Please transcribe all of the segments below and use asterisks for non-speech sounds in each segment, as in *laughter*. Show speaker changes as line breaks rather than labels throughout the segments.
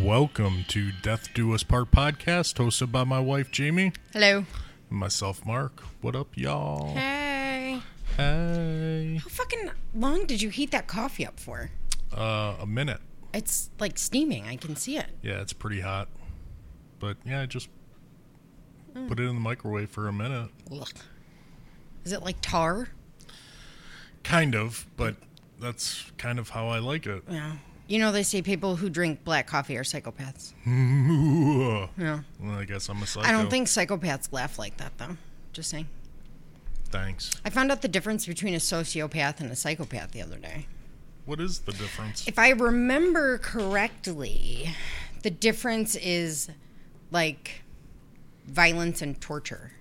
Welcome to Death Do Us Part podcast, hosted by my wife Jamie
Hello.
and myself Mark. What up, y'all?
Hey.
Hey.
How fucking long did you heat that coffee up for?
Uh, a minute.
It's like steaming. I can see it.
Yeah, it's pretty hot, but yeah, I just
Mm.
put it in the microwave for a minute.
Ugh. Is it like tar?
Kind of, but that's kind of how I like
*laughs*
it.
Yeah. You know they say people who drink black coffee are psychopaths.
Ooh.
Yeah.
Well, I guess I'm a psycho.
I don't think psychopaths laugh like that though. Just saying.
Thanks.
I found out the difference between a sociopath and a psychopath the other day.
What is the difference?
If I remember correctly, the difference is like violence and torture.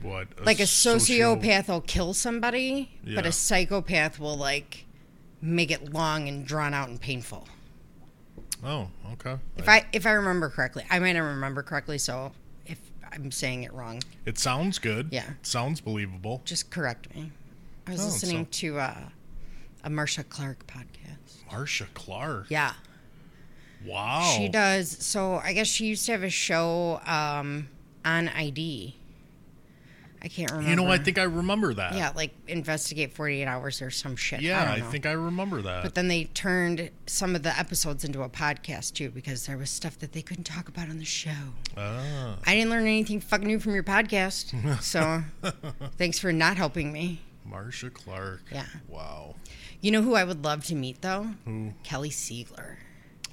What?
like a
socio-
sociopath will kill somebody, but
Yeah.
a psychopath will like make it long and drawn out and painful.
Oh, okay.
If I if I remember correctly, I might not remember correctly, so if I'm saying it wrong,
It sounds good.
Yeah.
Sounds believable.
just correct me. I was
Oh,
listening
so-
to uh, a Marsha Clark podcast.
Marsha Clark.
Yeah,
Wow.
she does. So I guess she used to have a show um, on ID. I can't remember.
You know, I think I remember that.
Yeah, like investigate 48 hours or some shit.
Yeah,
I,
I,
don't know.
think I remember that.
But then they turned some of the episodes into a podcast too because there was stuff that they couldn't talk about on the show.
ah,
I didn't learn anything fucking new from
*laughs*
your podcast. So thanks for not helping me.
Marsha Clark.
Yeah.
Wow.
You know who I would love to meet though?
Who?
Kelly Siegler.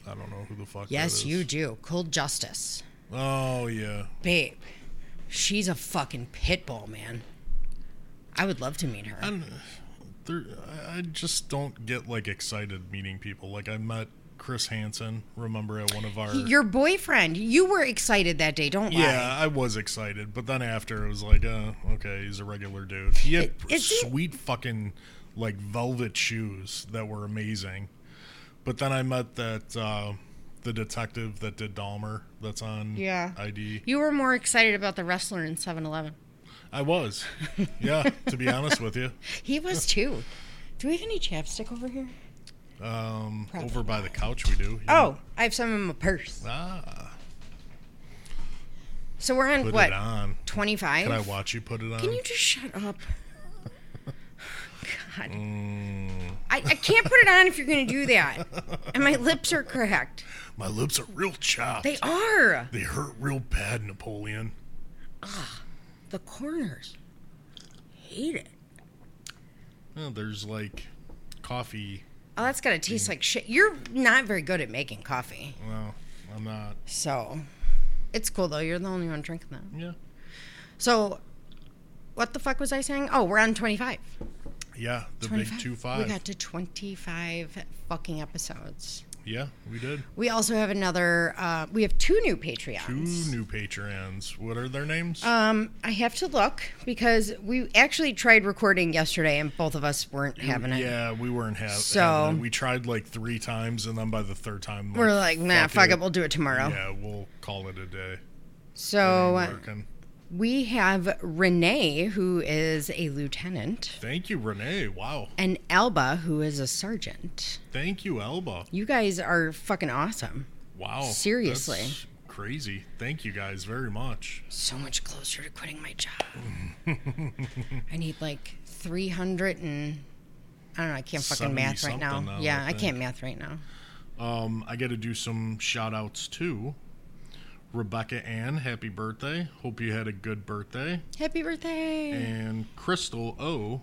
I don't know who the fuck. that
Yes,
is.
you do. Cold Justice.
Oh yeah.
Babe, she's a fucking pit bull, man. I would love to meet her.
I'm, uh, there, I- I just don't get like excited meeting people. Like I met Chris Hansen. Remember at one of our.
your boyfriend, you were excited that day, don't lie.
yeah, I was excited, but then after it was like, uh, okay, he's a regular dude. He had
It- it's-
sweet fucking like velvet shoes that were amazing. But then I met that uh, the detective that did Dahmer that's on
Yeah.
ID.
You were more excited about the wrestler in 7 Eleven.
I was. Yeah, to be honest with
*laughs*
you.
He was too. Oh. Do we have any chapstick over here?
Um,
Probably
over by the couch we do. you know.
Oh, I have some in my purse.
Ah,
So we're on
put
what?
it on. Can I
25?
watch you put it on?
Can you just shut up? *laughs* God. I, I can't put it on if you're going to do that. And my lips are cracked.
My lips are real chopped.
They are.
they hurt real bad, Napoleon.
The corners. Hate it.
Oh, there's like coffee.
Oh, that's got to taste like shit. You're not very good at making coffee.
Well, I'm not.
So it's cool though. You're the only one drinking that.
Yeah.
So what the fuck was I saying? Oh, we're on 25.
Yeah, the big
25.
two
We
five.
got to 25 fucking episodes.
yeah, we did.
We also have another, uh, we have two new
Two
Patreons.
new patrons. What are their names?
Um, I have to look because we actually tried recording yesterday and both of us weren't having it.
yeah, we weren't ha- having.
So-
it. we tried like three times, and then by the third time, like,
We're like, nah, fuck it.
it.
we'll do it tomorrow.
Yeah, we'll call it a day.
So uh,
Working.
we have Renee, who is a lieutenant,
Thank you, Renee. Wow.
and Elba, who is a sergeant.
Thank you, Elba.
You guys are fucking awesome.
Wow.
Seriously.
that's crazy. Thank you guys very much.
so much closer to quitting my job. *laughs* I need like 300 and I don't know. I can't fucking math right
70
now.
something now,
yeah,
I
I, can't math right now.
Um, I got to do some shout outs too. Rebecca Ann, happy birthday. Hope you had a good birthday.
Happy birthday.
And Crystal O,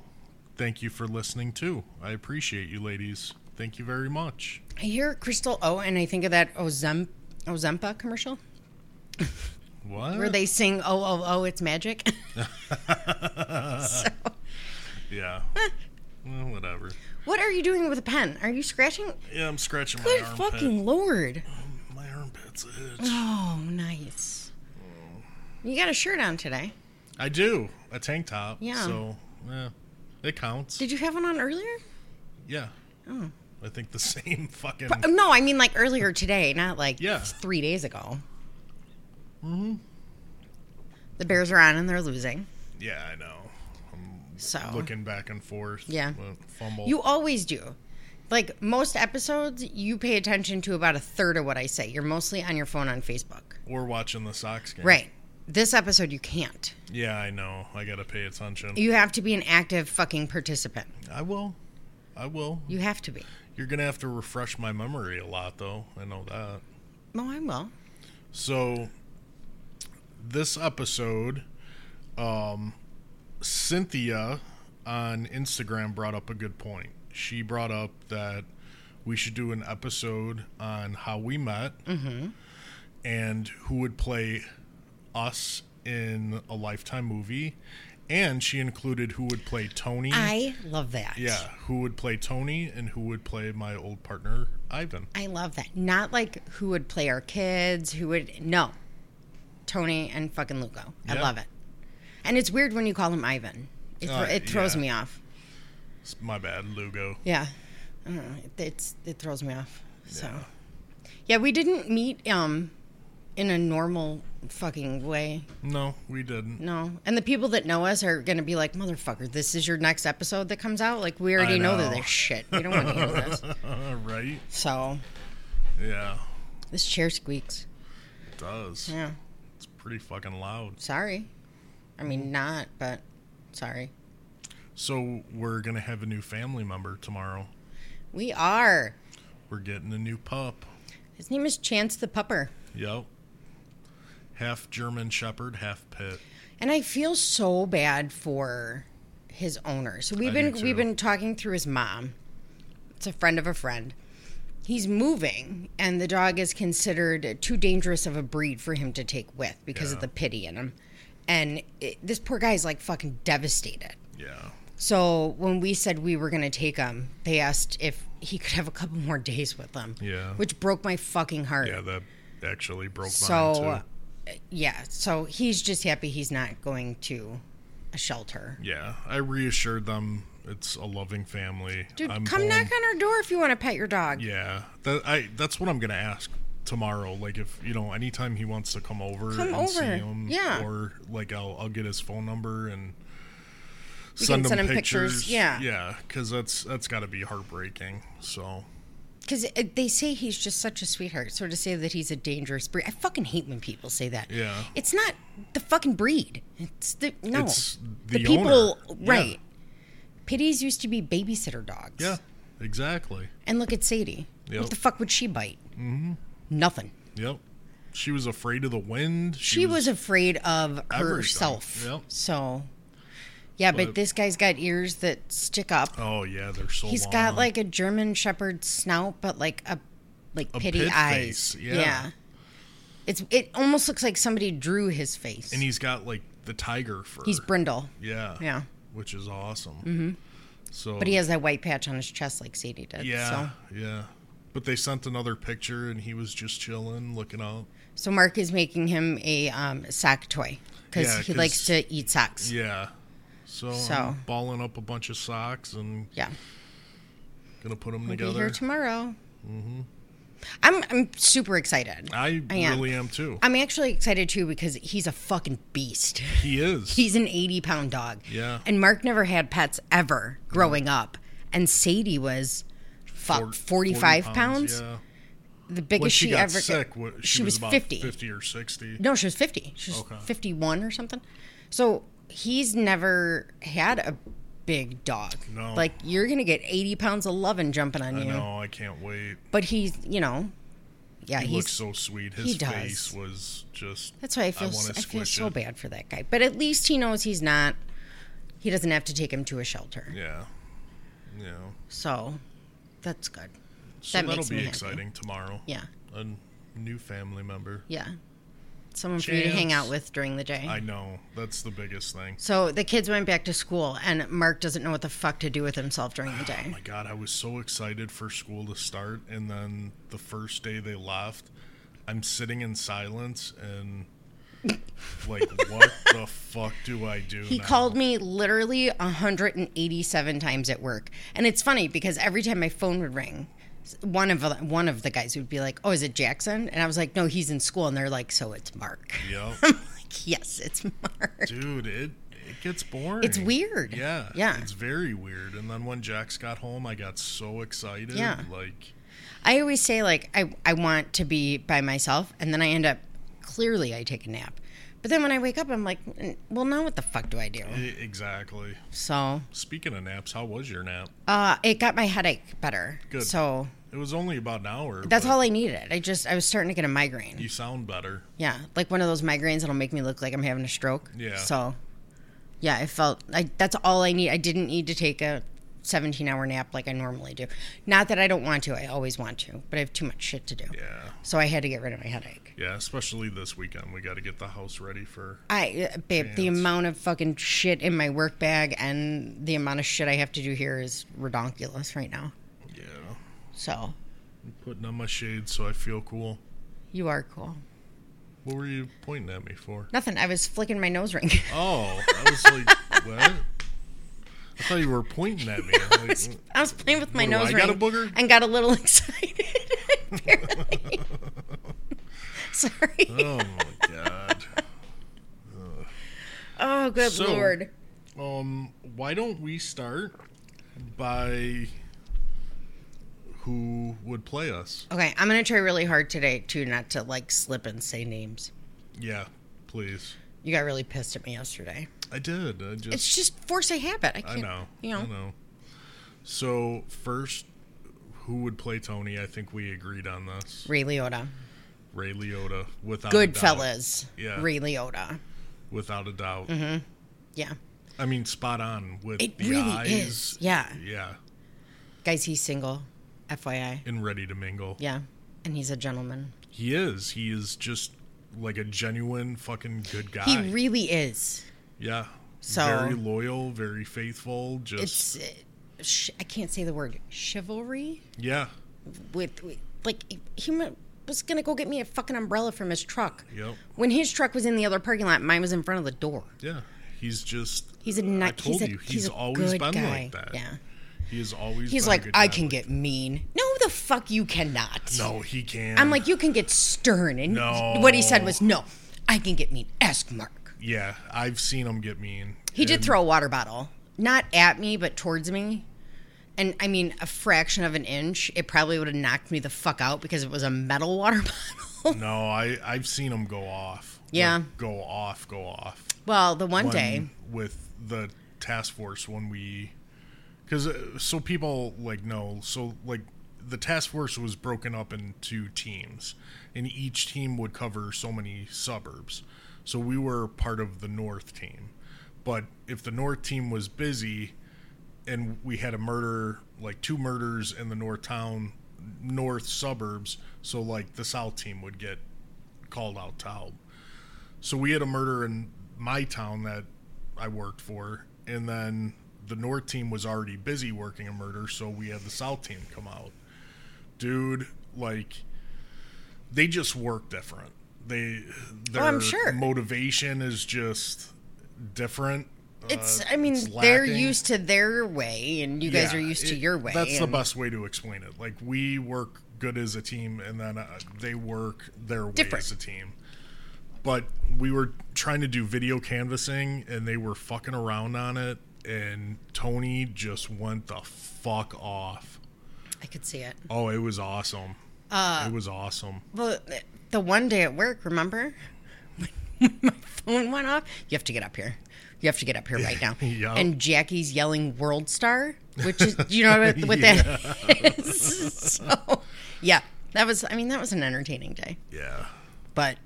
thank you for listening too. I appreciate you ladies. Thank you very much.
I hear Crystal O and I think of that Ozem- Ozempa commercial
What?
where they sing, oh, oh, oh,
*laughs*
it's magic. *laughs* *laughs*
yeah. well, whatever.
what are you doing with a pen? Are you scratching?
Yeah, I'm scratching
Good
my armpit.
fucking lord.
My armpit's a itch.
Oh, nice. You got a shirt on today.
I do a tank top.
Yeah.
So yeah, it counts.
Did Oh. you have one on earlier?
yeah. I think the *laughs* same fucking.
Uh, No, I mean like earlier today, not like
Yeah. Mm-hmm.
three days ago. Mm-hmm. The Bears are on and they're losing.
Yeah, I know.
So
Looking back and forth.
Oh. Yeah.
but Fumble.
you always do. like most episodes, you pay attention to about a third of what I say. You're mostly on your phone on Facebook.
We're watching the Sox game.
Right. This episode, you can't.
Yeah, I know. I gotta pay attention.
You have to be an active fucking participant.
I will. I will.
You have to be.
You're gonna have to refresh my memory a lot, though. I know that.
Oh, I will.
So, this episode, um, Cynthia on Instagram brought up a good point. She brought up that we should do an episode on how we met and who would play us in a Lifetime movie. And she included who would play Tony.
I love that.
Mm-hmm. yeah, who would play Tony and who would play my old partner, Ivan.
I love that. Not like who would play our kids, who would no. Tony and fucking Luco. I
Yeah.
love it. And it's weird when you call him Ivan. It, thro-
Uh,
it throws
yeah.
me off.
It's my bad, Lugo.
Yeah. I don't know. It, it's it throws me off. So Yeah, we didn't meet um in a normal fucking way.
No, we didn't.
No. And the people that know us are gonna be like, Motherfucker, this is your next episode that comes out? Like we already know.
know.
that this shit. We don't want to
*laughs*
hear this.
Uh, right?
So
Yeah,
this chair squeaks.
it does.
Yeah.
It's pretty fucking loud.
Sorry. I mean, not, but sorry.
So we're gonna have a new family member tomorrow.
We are.
We're getting a new pup.
His name is Chance the Pupper.
Yep. Half German Shepherd, half pit.
And I feel so bad for his owner. So we've
I
been
do too.
we've been talking through his mom. It's a friend of a friend. He's moving and the dog is considered too dangerous of a breed for him to take with because of
Yeah.
the pity in him. And it, this poor guy's like fucking devastated.
Yeah.
So when we said we were going to take him, they asked if he could have a couple more days with them.
Yeah.
Which broke my fucking heart.
Yeah, that actually broke mine
so uh,
too.
yeah, so he's just happy he's not going to a shelter.
Yeah, I reassured them it's a loving family.
Dude,
I'm
come
home.
knock on our door if you want to pet your dog.
Yeah, that I that's what I'm gonna ask tomorrow. Like if you know, anytime he wants to come over,
Come
and
over,
see him,
yeah.
or like I'll I'll get his phone number and
We
send,
can
him
send him pictures, yeah.
yeah, because that's that's got to be heartbreaking. So
Cuz uh, they say he's just such a sweetheart. So to say that he's a dangerous breed. I fucking hate when people say that.
Yeah.
It's not the fucking breed. It's the no.
it's the,
the, people
owner. Yeah.
right. Pitties used to be babysitter dogs.
Yeah, exactly.
And look at Sadie.
Yep.
What the fuck would she bite? Mm-hmm. Nothing.
Yep. She was afraid of the wind.
She was, afraid of
everything.
herself.
Yep.
So, yeah, but,
But-
this guy's got ears that stick up.
Oh yeah, they're so.
He's
long.
got like a German Shepherd snout, but like a like pity
pit
eyes.
face, yeah.
It's it almost looks like somebody drew his face.
and he's got like the tiger fur.
He's brindle.
yeah,
Yeah.
which is awesome. Mm-hmm. So,
But he has that white patch on his chest like Sadie did.
Yeah,
So.
yeah. But they sent another picture, and he was just chilling, looking up.
so Mark is making him a um, sock toy because
Yeah,
he
'cause-
likes to eat socks.
Yeah. So,
So.
I'm balling up a bunch of socks and
yeah.
gonna put them
Be here
together.
tomorrow.
Mm-hmm.
I'm I'm super excited.
I,
I am.
really am too.
I'm actually excited too because he's a fucking beast.
he is.
He's an 80 pound dog.
Yeah.
And Mark never had pets ever growing up, and Sadie was fuck
Or-
45
40
pounds.
Yeah.
The
When
biggest
she, got
ever.
sick, wa- she, was, about
50.
50 or 60.
No, she was 50. She was
Okay.
51 or something. So he's never had a big dog.
No.
Like you're gonna get 80 pounds of loving jumping on
I
you.
know. I can't wait.
But he's you know, yeah,
He
he's
looks so sweet. His
he does.
face was just.
That's why I feel
wanna
so, I feel
squish
so
it.
bad for that guy. But at least he knows he's not. He doesn't have to take him to a shelter.
Yeah. Yeah.
So that's good.
So
That
will
makes
be
me happy.
exciting tomorrow.
Yeah,
A new family member.
yeah. Someone for you to hang out
Chance.
with during the day.
I know. That's the biggest thing. Oh
so the kids went back to school, and Mark doesn't know what the fuck to do with himself during the day.
*sighs* my god, I was so excited for school to start, and then the first day they left, I'm sitting in silence and like,
*laughs*
what the fuck do I do?
He called me literally 187 times at work, and it's funny because every time my phone would ring, one of the, one of the guys would be like, "Oh, is it Jackson?" And I was like, "No, *laughs* he's in school." And they're like, "So it's *laughs* Mark."
Yep.
Like, yes, it's Mark.
dude, it It gets boring.
It's weird.
Yeah.
Yeah.
It's very weird. And then when Jax got home, I got so excited.
Yeah.
Like,
I always say like I I want to be by myself, and then I end up clearly I take a nap, but then when I wake up, I'm like, well, now what the fuck do I do?
e- exactly.
So
Speaking of naps, how was your nap?
uh, it got my headache better.
Good.
So
It was only about an hour.
that's
but
all I needed. I just I was starting to get a migraine.
You sound better.
Yeah, like one of those migraines that'll make me look like I'm having a stroke.
Yeah.
So, yeah, I felt like that's all I need. I didn't need to take a 17 hour nap like I normally do. Not that I don't want to, I always want to, but I have too much shit to do.
Yeah.
So I had to get rid of my headache.
Yeah. Especially this weekend. We got to get the house ready for.
I, uh, babe, the
Chance.
amount of fucking shit in my work bag and the amount of shit I have to do here is redonkulous right now.
Yeah.
So,
I'm putting on my shades so I feel cool.
you are cool.
What were you pointing at me for?
Nothing. I was flicking my nose ring.
*laughs*
*laughs*
Oh, I was like, what? I thought you were pointing at *laughs* me. I'm like,
I was playing with my
What do
nose
I
ring
got, a booger?
and got a little *laughs* excited. apparently. *laughs* Sorry.
oh my god.
oh, good
So-
lord.
Um, why don't we start by who would play us?
Okay, I'm gonna try really hard today too, not to like slip and say names.
Yeah, please.
You got really pissed at me yesterday.
I did. I just
It's just force of habit. I
I
can't.
know.
You know.
I know. So first who would play Tony? I think we agreed on this.
Ray Liotta.
Ray Liotta, without a
Good
doubt.
fellas.
Yeah.
Ray Liotta.
Without a doubt.
Yeah.
I mean, spot on with
Mm-hmm. It
the
really
eyes.
is. Yeah.
Yeah,
Guys, he's single. FYI.
and ready to mingle.
Yeah. And he's a gentleman.
He is. He is just like a genuine fucking good guy.
He really is.
yeah.
So-
very loyal, very faithful. Just
It's. Uh, sh- I can't say the word chivalry.
yeah,
with, with like he mu- was gonna go get me a fucking umbrella from his truck.
Yep.
When his truck was in the other parking lot, mine was in front of the door.
yeah. He's just.
He's a
I
nut.
told
he's a,
you,
he's,
he's,
a
always
good
been
guy.
like that.
Yeah.
He has always.
He's
been a
like,
good
I
guy
can
like-
get mean. No, the fuck you cannot.
No, he can.
I'm like, you can get stern, and
No.
what he said was, no, I can get mean. Ask Mark.
Yeah, I've seen him get mean.
He did
and-
throw a water bottle, not at me, but towards me. And I mean, a fraction of an inch, it probably would have knocked me the fuck out because it was a metal *laughs* water bottle.
No, I I've seen him go off.
Yeah.
Like, go off, go off.
well, the one
when-
day.
with the task force when we because uh, so people like know so like the task force was broken up into teams and each team would cover so many suburbs so we were part of the north team but if the north team was busy and we had a murder like two murders in the north town north suburbs so like the south team would get called out to help so we had a murder in my town that I worked for, and then the North team was already busy working a murder, so we had the South team come out. Dude, like they just work different. They their
I'm sure.
motivation is just different.
It's,
Uh,
I mean,
it's
they're
lacking.
used to their way, and you guys
Yeah,
are used to
it-
your way.
That's the
and
best way to explain it. Like we work good as a team, and then uh, they work their way
Different.
as a team. But we were trying to do video canvassing, and they were fucking around on it. And Tony just went the fuck off.
I could see it.
Oh, it was awesome. Uh, it was awesome.
Well, th- the one day at work, remember? *laughs* When my phone went off. You have to get up here. You have to get up here right now.
Yeah.
And Jackie's yelling "World Star," which is you know what, what that is. *laughs* so, yeah, that was. I mean, that was an entertaining day,
Yeah.
but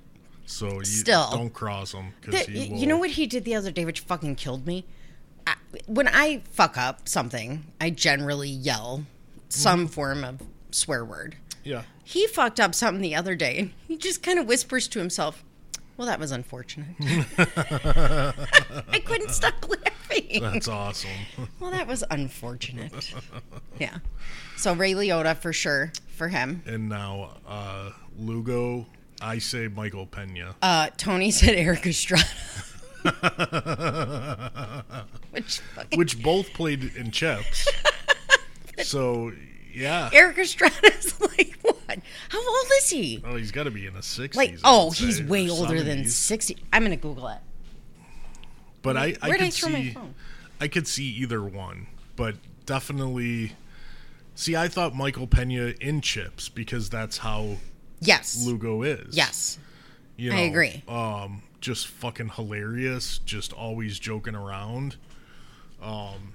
So you
Still.
don't cross him because
That-
he will.
you know what he did the other day, which fucking killed me. I, when I fuck up something, I generally yell some form of swear word.
Yeah.
He fucked up something the other day, and he just kind of whispers to himself, "Well, that was unfortunate." *laughs* I couldn't stop laughing.
That's awesome. *laughs*
Well, that was unfortunate. Yeah. So Ray Liotta for sure for him.
and now uh, Lugo, I say Michael Pena.
Uh, Tony said Eric Estrada, *laughs* which
*laughs*
fucking
which both played in
*laughs*
Chips. so yeah,
Eric Estrada's like what? How old is he?
oh, he's got
oh,
to be in the sixties.
Like oh, he's way older than sixty. I'm gonna Google it.
But I, I
Where'd I
could
throw my
see,
phone?
I could see either one, but definitely. See, I thought Michael Pena in Chips because that's how
Yes.
Lugo is.
Yes.
You
I agree.
Um, just fucking hilarious, just always joking around. Um,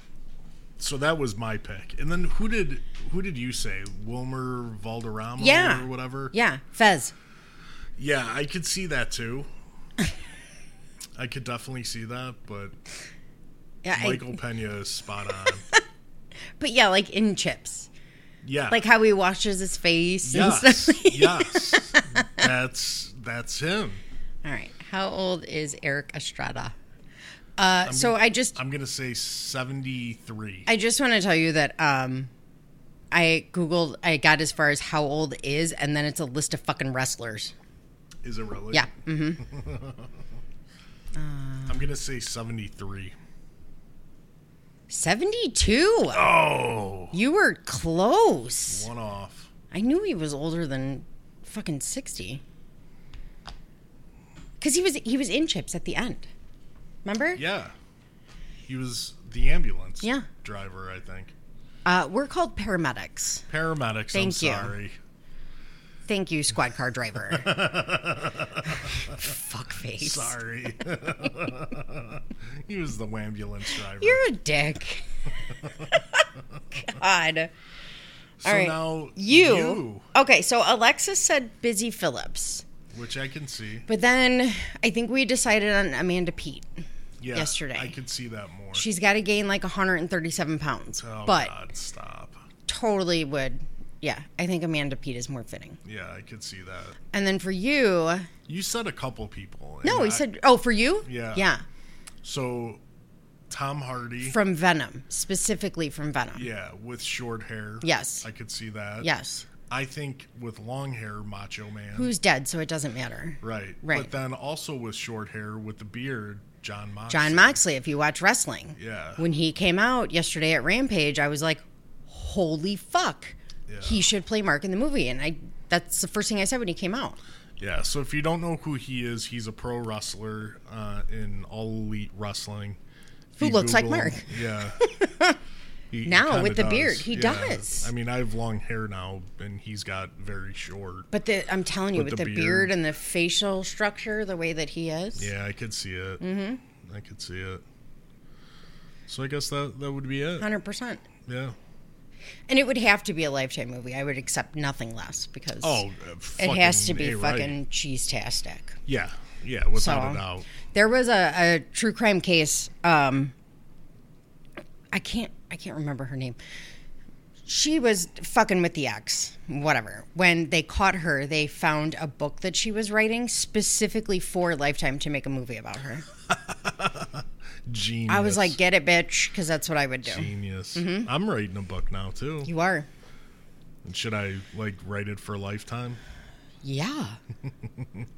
so that was my pick. And then who did who did you say Wilmer Valderrama
Yeah.
or whatever?
Yeah. Fez.
Yeah, I could see that too. *laughs* I could definitely see that, but
Yeah. I-
Michael Pena is spot
*laughs*
on.
but yeah, like in chips.
Yeah,
Like how he washes his face and
yes,
stuff. *laughs*
yes, that's that's him.
All right. How old is Eric Estrada? Uh, so I just
I'm gonna say seventy three.
I just want to tell you that um, I googled. I got as far as how old is, and then it's a list of fucking wrestlers.
Is it really?
Yeah. Mm.
*laughs* I'm gonna say seventy three.
72.
Oh,
You were close.
one off.
I knew he was older than fucking 60. Cuz he was he was in chips at the end. Remember?
Yeah, he was the ambulance.
Yeah.
driver, I think.
Uh, we're called paramedics.
Paramedics. I'm
Thank you.
sorry.
Thank you, squad
*laughs*
car driver. Fuck face.
Sorry. *laughs* he was the ambulance driver.
You're a dick. *laughs* God.
so
All right.
now
You. Okay, so Alexis said Busy Phillips.
which I can see.
But then I think we decided on Amanda Pete.
Yeah,
yesterday.
I could see that more.
She's got to gain like 137 pounds.
oh
but
God, stop.
totally would. Yeah, I think Amanda Pete is more fitting.
Yeah, I could see that.
And then for you,
You said a couple people. and
no,
I-
he said, oh, for you?
Yeah.
Yeah.
so. Tom Hardy.
From Venom, specifically from Venom.
yeah, with short hair.
Yes.
I could see that.
Yes.
I think with long hair, Macho Man.
Who's dead, so it doesn't matter.
right?
Right.
But then also with short hair, with the beard, John Moxley.
John Moxley, if you watch wrestling.
Yeah.
When he came out yesterday at Rampage, I was like, holy fuck.
Yeah.
He should play Mark in the movie. And I that's the first thing I said when he came out.
Yeah. So if you don't know who he is, he's a pro wrestler uh, in All Elite Wrestling. If
Who
you
looks like
Google-
Mark. *laughs*
Yeah. He- he
Now,
kinda
with the beard, he
Yeah.
does.
I mean, I have long hair now, and he's got very short.
But the, I'm telling you,
With
with
the
the, beard.
beard.
and the facial structure, the way that he is.
Yeah, I could see it. Mm-hmm. I could see it. So I guess that that would be it.
Hundred percent.
Yeah.
And it would have to be a lifetime movie. I would accept nothing less because
Oh,
it has to
fucking.
be
A, right.
fucking cheese-tastic.
Yeah, yeah, without
So-
a doubt.
There was a, a true crime case. Um, I can't I can't remember her name. She was fucking with the ex, whatever. When they caught her, they found a book that she was writing specifically for Lifetime to make a movie about her.
Genius.
I was like, get it, bitch, because that's what I would do.
genius. I'm writing a book now too.
You are.
Should I like write it for a lifetime?
Yeah.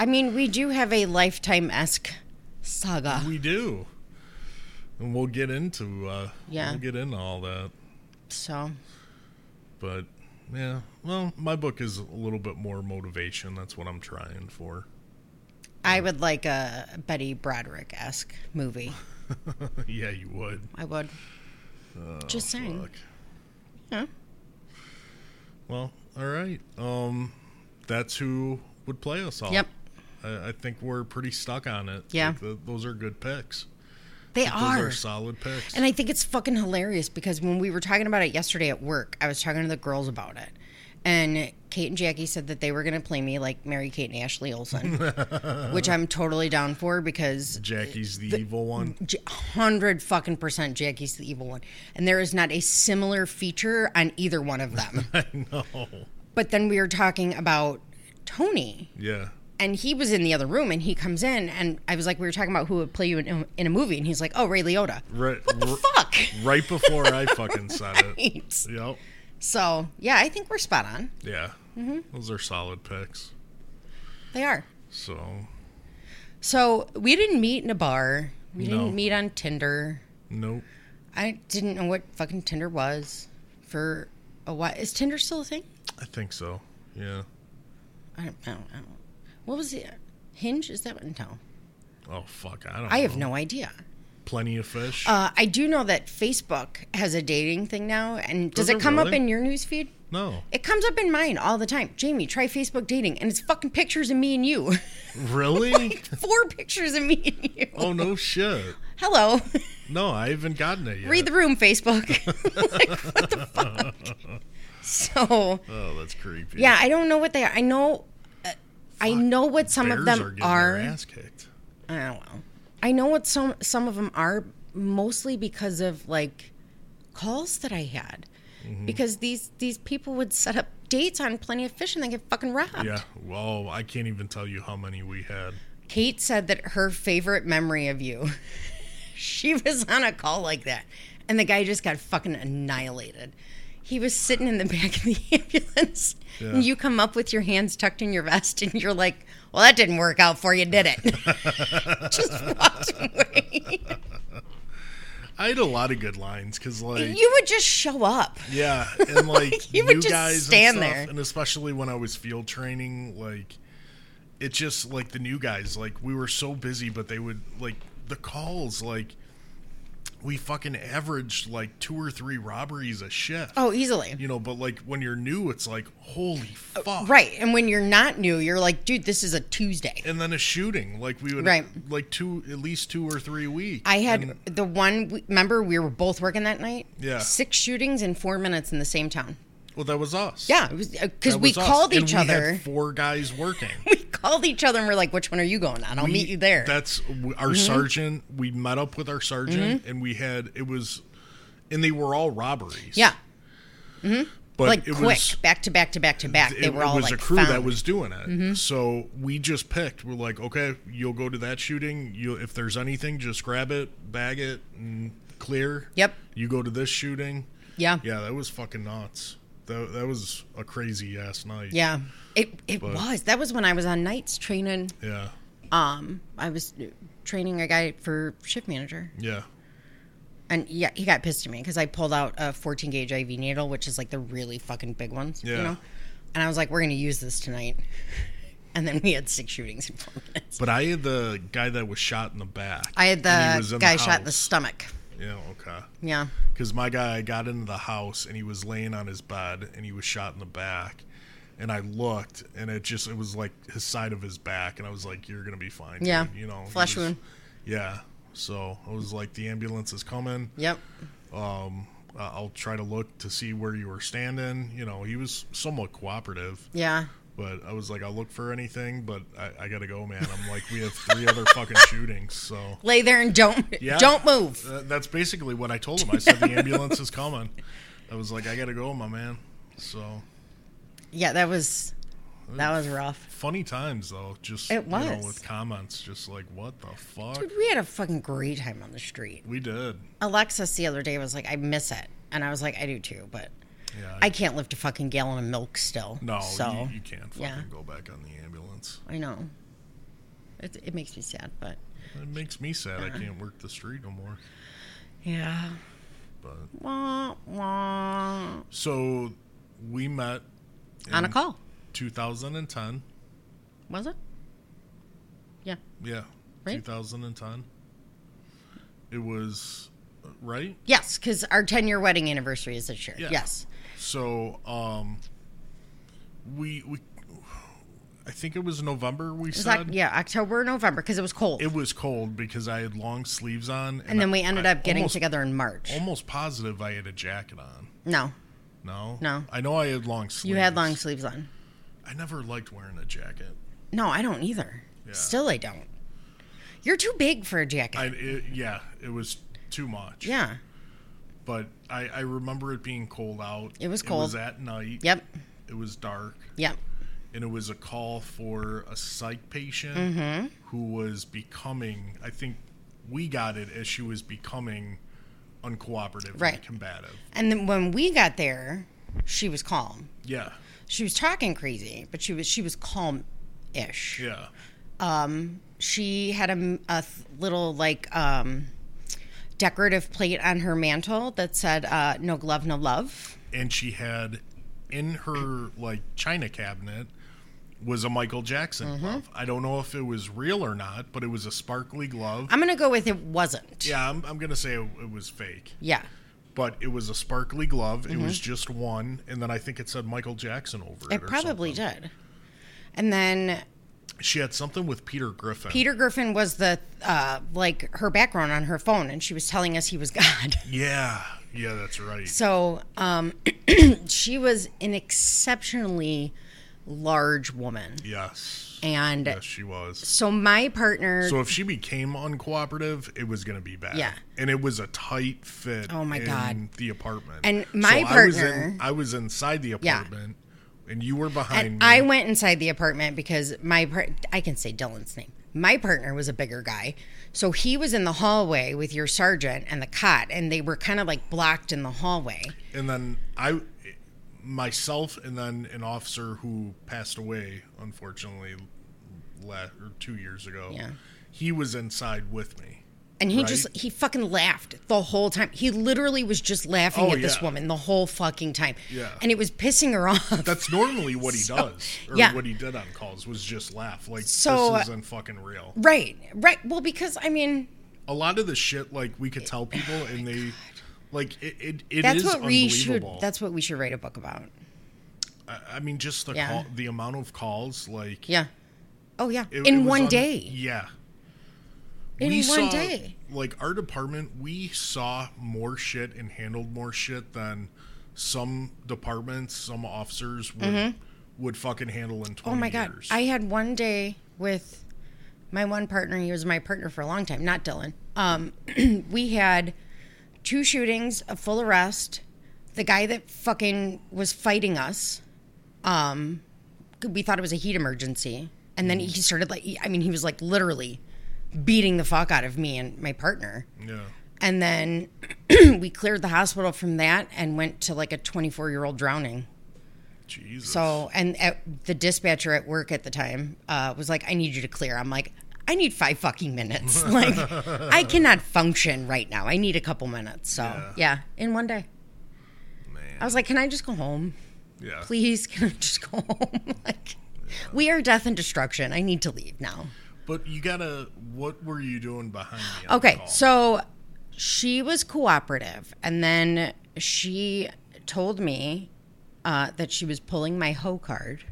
I mean, we do have a lifetime esque saga.
We do, and we'll get into uh,
Yeah.
we'll get into all that.
So,
But yeah, well, my book is a little bit more motivation. That's what I'm trying for. *laughs*
I would like a Betty Broderick esque movie.
yeah, you would.
I would. Just saying.
Oh, Fuck.
Yeah.
Well, all right. Um, that's who would play us all.
Yep.
I, I think we're pretty stuck on it.
Yeah.
Like, th- those are good picks.
They
Those
are.
are solid picks.
And I think it's fucking hilarious because when we were talking about it yesterday at work, I was talking to the girls about it. And Kate and Jackie said that they were going to play me like Mary Kate and
*laughs*
Ashley Olsen, which I'm totally down for because
Jackie's the, evil one. *laughs*
J- 100 fucking percent Jackie's the evil one. And there is not a similar feature on either one
*laughs*
of them.
I know.
but then we were talking about Tony,
Yeah.
and he was in the other room, and he comes in, and I was like, we were talking about who would play you in, in a movie, and he's like, oh, Ray Liotta.
Right.
What the
r-
fuck? *laughs*
Right before I fucking said it.
Right.
Yep.
So, yeah, I think we're spot on.
Yeah.
Mm-hmm.
Those are solid picks.
They are.
So,
So, we didn't meet in a bar, we
No.
didn't meet on Tinder.
nope.
I didn't know what fucking Tinder was for a while. Is Tinder still a thing?
I think so. Yeah.
I don't, I don't, I don't. What was it? Hinge? Is that what? No.
Oh, fuck. I don't
I have
know.
no idea.
plenty of fish.
Uh, I do know that Facebook has a dating thing now, and does,
Does
it
it
come up
really?
in your newsfeed? *laughs*
no,
It comes up in mine all the time. Jamie, try Facebook dating, and it's fucking pictures of me and you. *laughs*
really?
Four pictures of me and you.
oh no, shit.
Hello, *laughs*
No, I haven't gotten it yet.
read the room, Facebook. *laughs* like what the fuck? So
oh, that's creepy.
yeah, I don't know what they are. I know, uh, I know what some
Bears are
of them
getting
are.
their ass kicked.
I don't know. I know what some some of them are mostly because of like calls that I had.
Mm-hmm.
Because these these people would set up dates on plenty of fish and they get fucking robbed.
Yeah. Well, I can't even tell you how many we had.
Kate said that her favorite memory of you *laughs* she was on a call like that and the guy just got fucking annihilated. He was sitting in the *laughs* back of the ambulance
Yeah.
and you come up with your hands tucked in your vest and you're like, "Well, that didn't work out for you, did it?" *laughs* just walked away.
I had a lot of good lines because, like,
You would just show up.
yeah,
*laughs*
and like
You
you,
would just
guys and
stand
stuff,
there.
and especially when I was field training, like it just like the new guys, like we were so busy, but they would like the calls, like we fucking averaged like two or three robberies a shift.
Oh, easily.
You know, but like when you're new, it's like holy fuck,
Oh, Right. And when you're not new, you're like, dude, this is a Tuesday.
And then a shooting, like we would,
Right.
like two at least two or three weeks.
I had
And-
the one, we- remember we were both working that night?
Yeah.
Six shootings in four minutes in the same town.
well, that was us.
Yeah. Because
That
we
was us.
called
And
each
we had
other.
four guys working.
*laughs* We called each other and we're like, which one are you going on? I'll meet you there. Mm-hmm.
That's w- our sergeant. We met up with our sergeant, and we had it was, and they were all robberies.
yeah.
but
Like
it
quick,
was
back to back to back to back.
it,
they were
it
all
was
like
a crew that
found. Mm-hmm.
was doing it. So we just picked. We're like, okay, you'll go to that shooting. You if there's anything, just grab it, bag it, and clear.
Yep.
You go to this shooting.
Yeah.
Yeah, that was fucking nuts. That that was a crazy ass night.
Yeah. It, it was. That was when I was on nights training.
Yeah.
Um, I was training a guy for shift manager.
Yeah.
And yeah, he got pissed at me because I pulled out a 14 gauge IV needle, which is like the really fucking big ones, you
Yeah.
know. And I was like, "We're gonna use this tonight." *laughs* And then we had six shootings in four minutes.
But I had the guy that was shot in the back.
I had
and he was
the
in
guy shot in the
house.
stomach.
Yeah. Okay.
Yeah,
because my guy got into the house and he was laying on his bed and he was shot in the back and i looked and it just it was like his side of his back and i was like you're gonna be fine dude,"
Yeah.
you know he
Flesh
was-
wound.
yeah so i was like the ambulance is coming
yep.
um uh, i'll try to look to see where you were standing you know he was somewhat cooperative
Yeah,
but i was like i'll look for anything but i, I gotta go man i'm like we have three other
*laughs*
fucking shootings so
lay there and don't
yeah.
don't move.
Th- that's basically what I told him. I said the ambulance is coming. I was like, I gotta go, my man. So
Yeah, that was that was rough.
funny times though. Just
It
you know,
was.
with comments, just like what the fuck
Dude, we had a fucking great time on the street.
we did.
Alexis the other day was like, "I miss it," and I was like, "I do too," but
Yeah,
I can't lift a fucking gallon of milk still.
no,
so
you, you can't fucking
yeah.
go back on the ambulance.
I know. It, it makes me sad, but
It makes me sad.
Uh-huh.
I can't work the street no more.
yeah.
But
Wah, wah.
so we met in
On a call,
2010.
was it? Yeah.
Yeah,
Right?
2010. It was uh, right.
Yes, because our 10 year wedding anniversary is this year.
Yeah.
Yes.
So, um, we we, I think it was November. We
It was
said
like, yeah, October, November, because it was cold.
it was cold because I had long sleeves on,
and then we
I-
ended
I
up getting
almost-
together in March.
Almost positive I had a jacket on.
no,
No,
No.
I know I had long sleeves.
you had long sleeves on.
I never liked wearing a jacket.
No, I don't either.
Yeah.
Still, I don't. You're too big for a jacket.
I it, yeah, it was too much.
yeah.
but I I remember it being cold out.
It was
It
cold.
was at night.
Yep.
It was dark.
Yep.
and it was a call for a psych patient
Mm-hmm.
who was becoming i think we got it as she was becoming uncooperative
Right.
and combative
And then when we got there, she was calm.
yeah
She was talking crazy, but she was she was calm ish.
yeah
um, she had a, m- a th- little like um, decorative plate on her mantle that said uh, "No glove, no love."
and she had in her like china cabinet was a Michael Jackson
Mm-hmm.
glove. I don't know if it was real or not, but it was a sparkly glove.
I'm gonna go with it wasn't.
yeah, I'm, I'm gonna say it, it was fake,
Yeah.
but it was a sparkly glove. It was just one, and then I think it said Michael Jackson over it.
Mm-hmm. It
or
probably
something.
did. And then
She had something with Peter Griffin.
Peter Griffin was the uh, like her background on her phone, and she was telling us he was *laughs* God.
Yeah, yeah, that's right.
So um, *clears throat* she was an exceptionally large woman,
Yes,
and
yes, she was.
so my partner.
So if she became uncooperative, it was going to be bad.
Yeah.
and it was a tight fit.
Oh my
in
God.
the apartment.
And my
I was in-
partner-
I was inside the
Yeah.
apartment, and you were behind
and
me.
I went inside the apartment because my part I can say Dylan's name. My partner was a bigger guy. So he was in the hallway with your sergeant and the cot and they were kind of like blocked in the hallway.
and then I, myself, and then an officer who passed away unfortunately, la- or two years ago.
Yeah.
he was inside with me.
And he
Right.
just he fucking laughed the whole time. He literally was just laughing
Oh,
at this
yeah.
woman the whole fucking time.
Yeah.
And it was pissing her off.
That's normally what he does, or
yeah.
what he did on calls was just laugh. Like
So, uh,
this isn't fucking real.
right. Right. Well, because I mean,
a lot of the shit like we could tell people and they like it it, it
Oh that's
is
what we should
unbelievable
that's what we should write a book about.
I, I mean just the
Yeah.
call, the amount of calls like
Yeah. Oh yeah.
it- it
In
was
one
un-
day.
yeah
In
we saw,
one day.
like our department we saw more shit and handled more shit than some departments some officers would would fucking handle in 20
Mm-hmm. Oh my god!
years
I had one day with my one partner. He was my partner for a long time, not Dylan. Um, *clears throat* we had two shootings, a full arrest. The guy that fucking was fighting us, um, we thought it was a heat emergency, and then he started like, I mean, he was like literally beating the fuck out of me and my partner.
yeah
And then *clears throat* we cleared the hospital from that and went to like a 24 year old drowning.
jesus
So, and at, the dispatcher at work at the time uh, was like, "I need you to clear." I'm like, "I need five fucking minutes. *laughs* like, I cannot function right now. I need a couple minutes." So, yeah, in one day,
man
I was like, "Can I just go home,
yeah
please? *laughs* Can I just go home?" *laughs* like, we are death and destruction. I need to leave now.
but you gotta what were you doing behind me on the
Okay,
call?
so she was cooperative, and then she told me uh, that she was pulling my hoe card,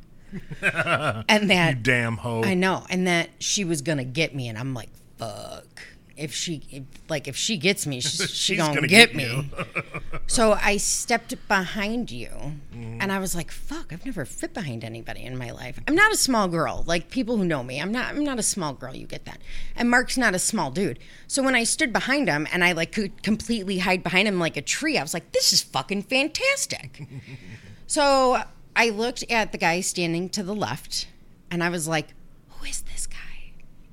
and that
damn hoe
I know, and that she was gonna get me, and I'm like, fuck. If she if, like, if she gets me, she's, she
She's
gonna,
gonna
get,
get
*laughs* me. so I stepped behind you, and I was like, fuck. I've never fit behind anybody in my life. I'm not a small girl. Like people who know me, I'm not. I'm not a small girl. You get that. And Mark's not a small dude. So when I stood behind him, and I like could completely hide behind him like a tree, I was like, this is fucking *laughs* fantastic. So I looked at the guy standing to the left and I was like, who is this guy?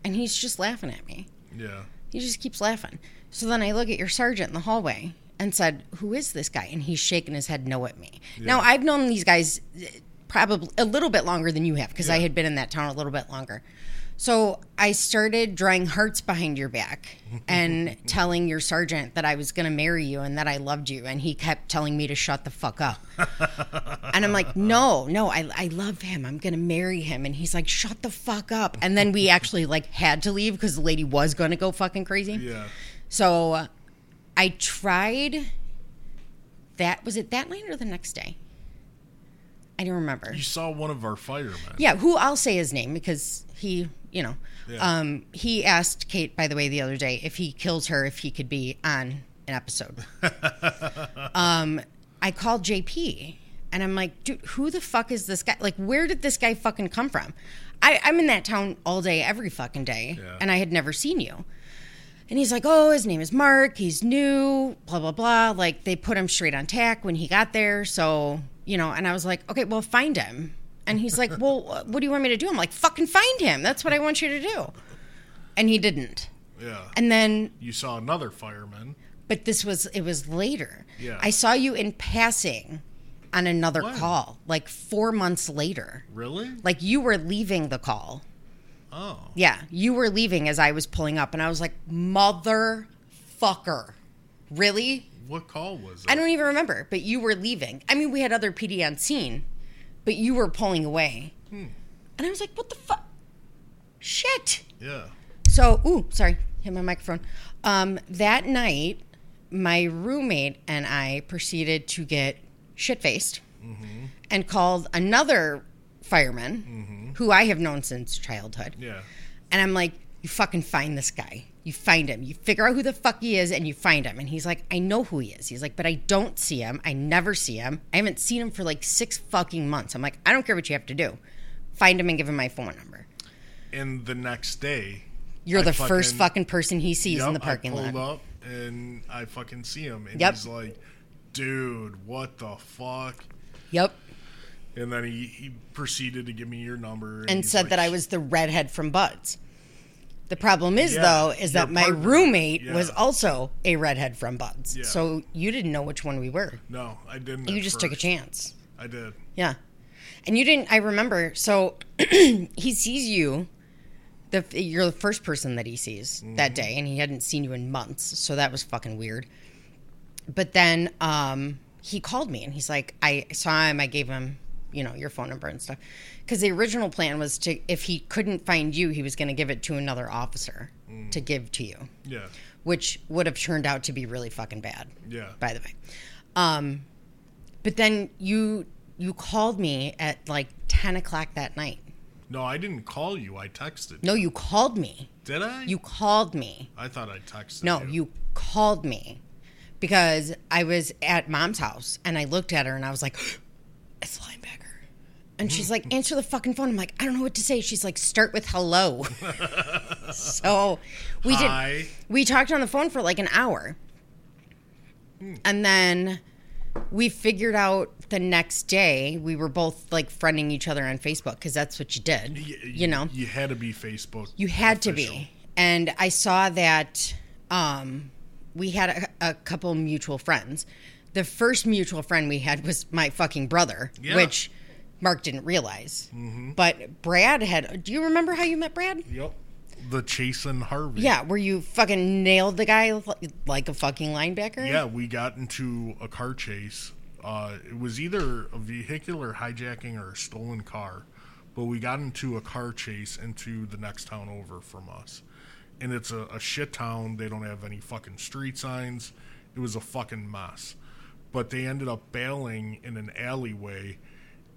And he's just laughing at me.
yeah
He just keeps laughing. So then I look at your sergeant in the hallway and said, who is this guy? And he's shaking his head no at me. Now I've known these guys eh, probably a little bit longer than you have because I had been in that town a little bit longer. So I started drawing hearts behind your back and telling your sergeant that I was going to marry you and that I loved you. And he kept telling me to shut the fuck up. And I'm like, no, no, I, I love him. I'm gonna marry him. And he's like, shut the fuck up. And then we actually like had to leave because the lady was gonna go fucking crazy.
yeah
So I tried that was it that night or the next day? I don't remember.
You saw one of our firemen.
Yeah, who I'll say his name because he, you know,
Yeah.
um, he asked Kate, by the way, the other day if he kills her, if he could be on an episode. um, I called JP and I'm like, dude, who the fuck is this guy? Like, where did this guy fucking come from? I, I'm in that town all day, every fucking day,
Yeah.
and I had never seen you. And he's like, oh, his name is Mark. He's new, blah, blah, blah. Like, they put him straight on tack when he got there. So, you know, and I was like, okay, well, find him. And he's like, well, wh- what do you want me to do? I'm like, fucking find him. That's what I want you to do. And he didn't.
Yeah.
And then,
you saw another fireman.
but this was, it was later.
Yeah.
I saw you in passing on another
When?
call, like four months later.
Really?
Like, you were leaving the call.
Oh.
Yeah, you were leaving as I was pulling up, and I was like, motherfucker. Really?
What call was it?
I don't even remember, but
Hmm.
you were leaving. I mean, we had other PD on scene, but you were pulling away. And I was like, what the fuck? Shit.
Yeah.
So, ooh, sorry, hit my microphone. Um, that night, my roommate and I proceeded to get shit faced and called another fireman who I have known since childhood.
Yeah.
And I'm like, you fucking find this guy. You find him. You figure out who the fuck he is and you find him. And he's like, I know who he is. He's like, but I don't see him. I never see him. I haven't seen him for like six fucking months. I'm like, I don't care what you have to do. Find him and give him my phone number.
And the next day,
You're
I
the first
fucking-
fucking person he sees in
Yup,
the parking
I pulled
lot.
up and I fucking see him, and
Yep.
he's like, "Dude, what the fuck?"
Yep.
And then he, he proceeded to give me your number
And
he's
said
like,
that I was the redhead from Buds. The problem is,
Yeah,
though, is
your
that my
partner.
roommate was
Yeah.
also a redhead from Buds.
Yeah.
So you didn't know which one we were.
"No, I didn't."
You
at
just took a
first.
chance.
I did.
Yeah. And you didn't, I remember. So *clears throat* he sees you. The, you're the first person that he sees that day, and he hadn't seen you in months. So that was fucking weird. But then um, he called me and he's like, I saw him. I gave him, you know, your phone number and stuff. Because the original plan was to, if he couldn't find you, he was going to give it to another officer to give to you,
Yeah,
which would have turned out to be really fucking bad
yeah,
by the way. Um, but then you you called me at like ten o'clock that night.
No, I didn't call you. I texted.
No, you called me.
Did I?
You called me.
I thought I texted.
No, you called me because I was at mom's house and I looked at her and I was like, *gasps* "It's the linebacker," and she's
*laughs*
like, "Answer the fucking phone." I'm like, "I don't know what to say." She's like, "Start with hello." *laughs* so we did.
Hi.
we talked on the phone for like an hour
Hmm.
and then we figured out the next day we were both like friending each other on facebook because that's what you did
Y-
you know
you had to be Facebook.
you had to
official.
be and i saw that um, we had a, a couple mutual friends the first mutual friend we had was my fucking brother
Yeah. Mm-hmm.
which mark didn't realize but brad had do you remember how you met brad
Yep. The Chasen Harvey.
yeah, where you fucking nailed the guy li- like a fucking linebacker.
Yeah, we got into a car chase. Uh, it was either a vehicular hijacking or a stolen car, but we got into a car chase into the next town over from us. And it's a, a shit town. They don't have any fucking street signs. It was a fucking mess. But they ended up bailing in an alleyway,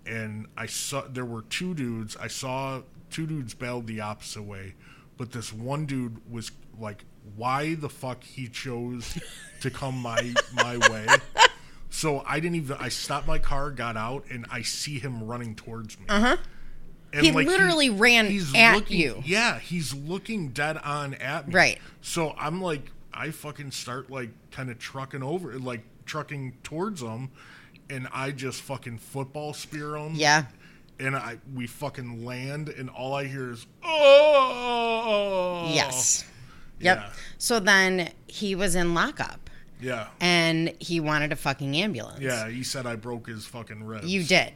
and I saw there were two dudes. I saw two dudes bailed the opposite way, but this one dude was like, "Why the fuck he chose to come my my way?" So I didn't even. I stopped my car, got out, and I see him running towards me. Uh huh.
Uh-huh. He literally ran at
looking,
you.
Yeah, he's looking dead on at me.
Right.
So I'm like, I fucking start like kind of trucking over, like trucking towards him, and I just fucking football spear him.
Yeah.
And I we fucking land, and all I hear is oh.
Yes. Yep.
Yeah.
So then he was in lockup
Yeah.
and he wanted a fucking ambulance.
Yeah. He said I broke his fucking ribs.
You did.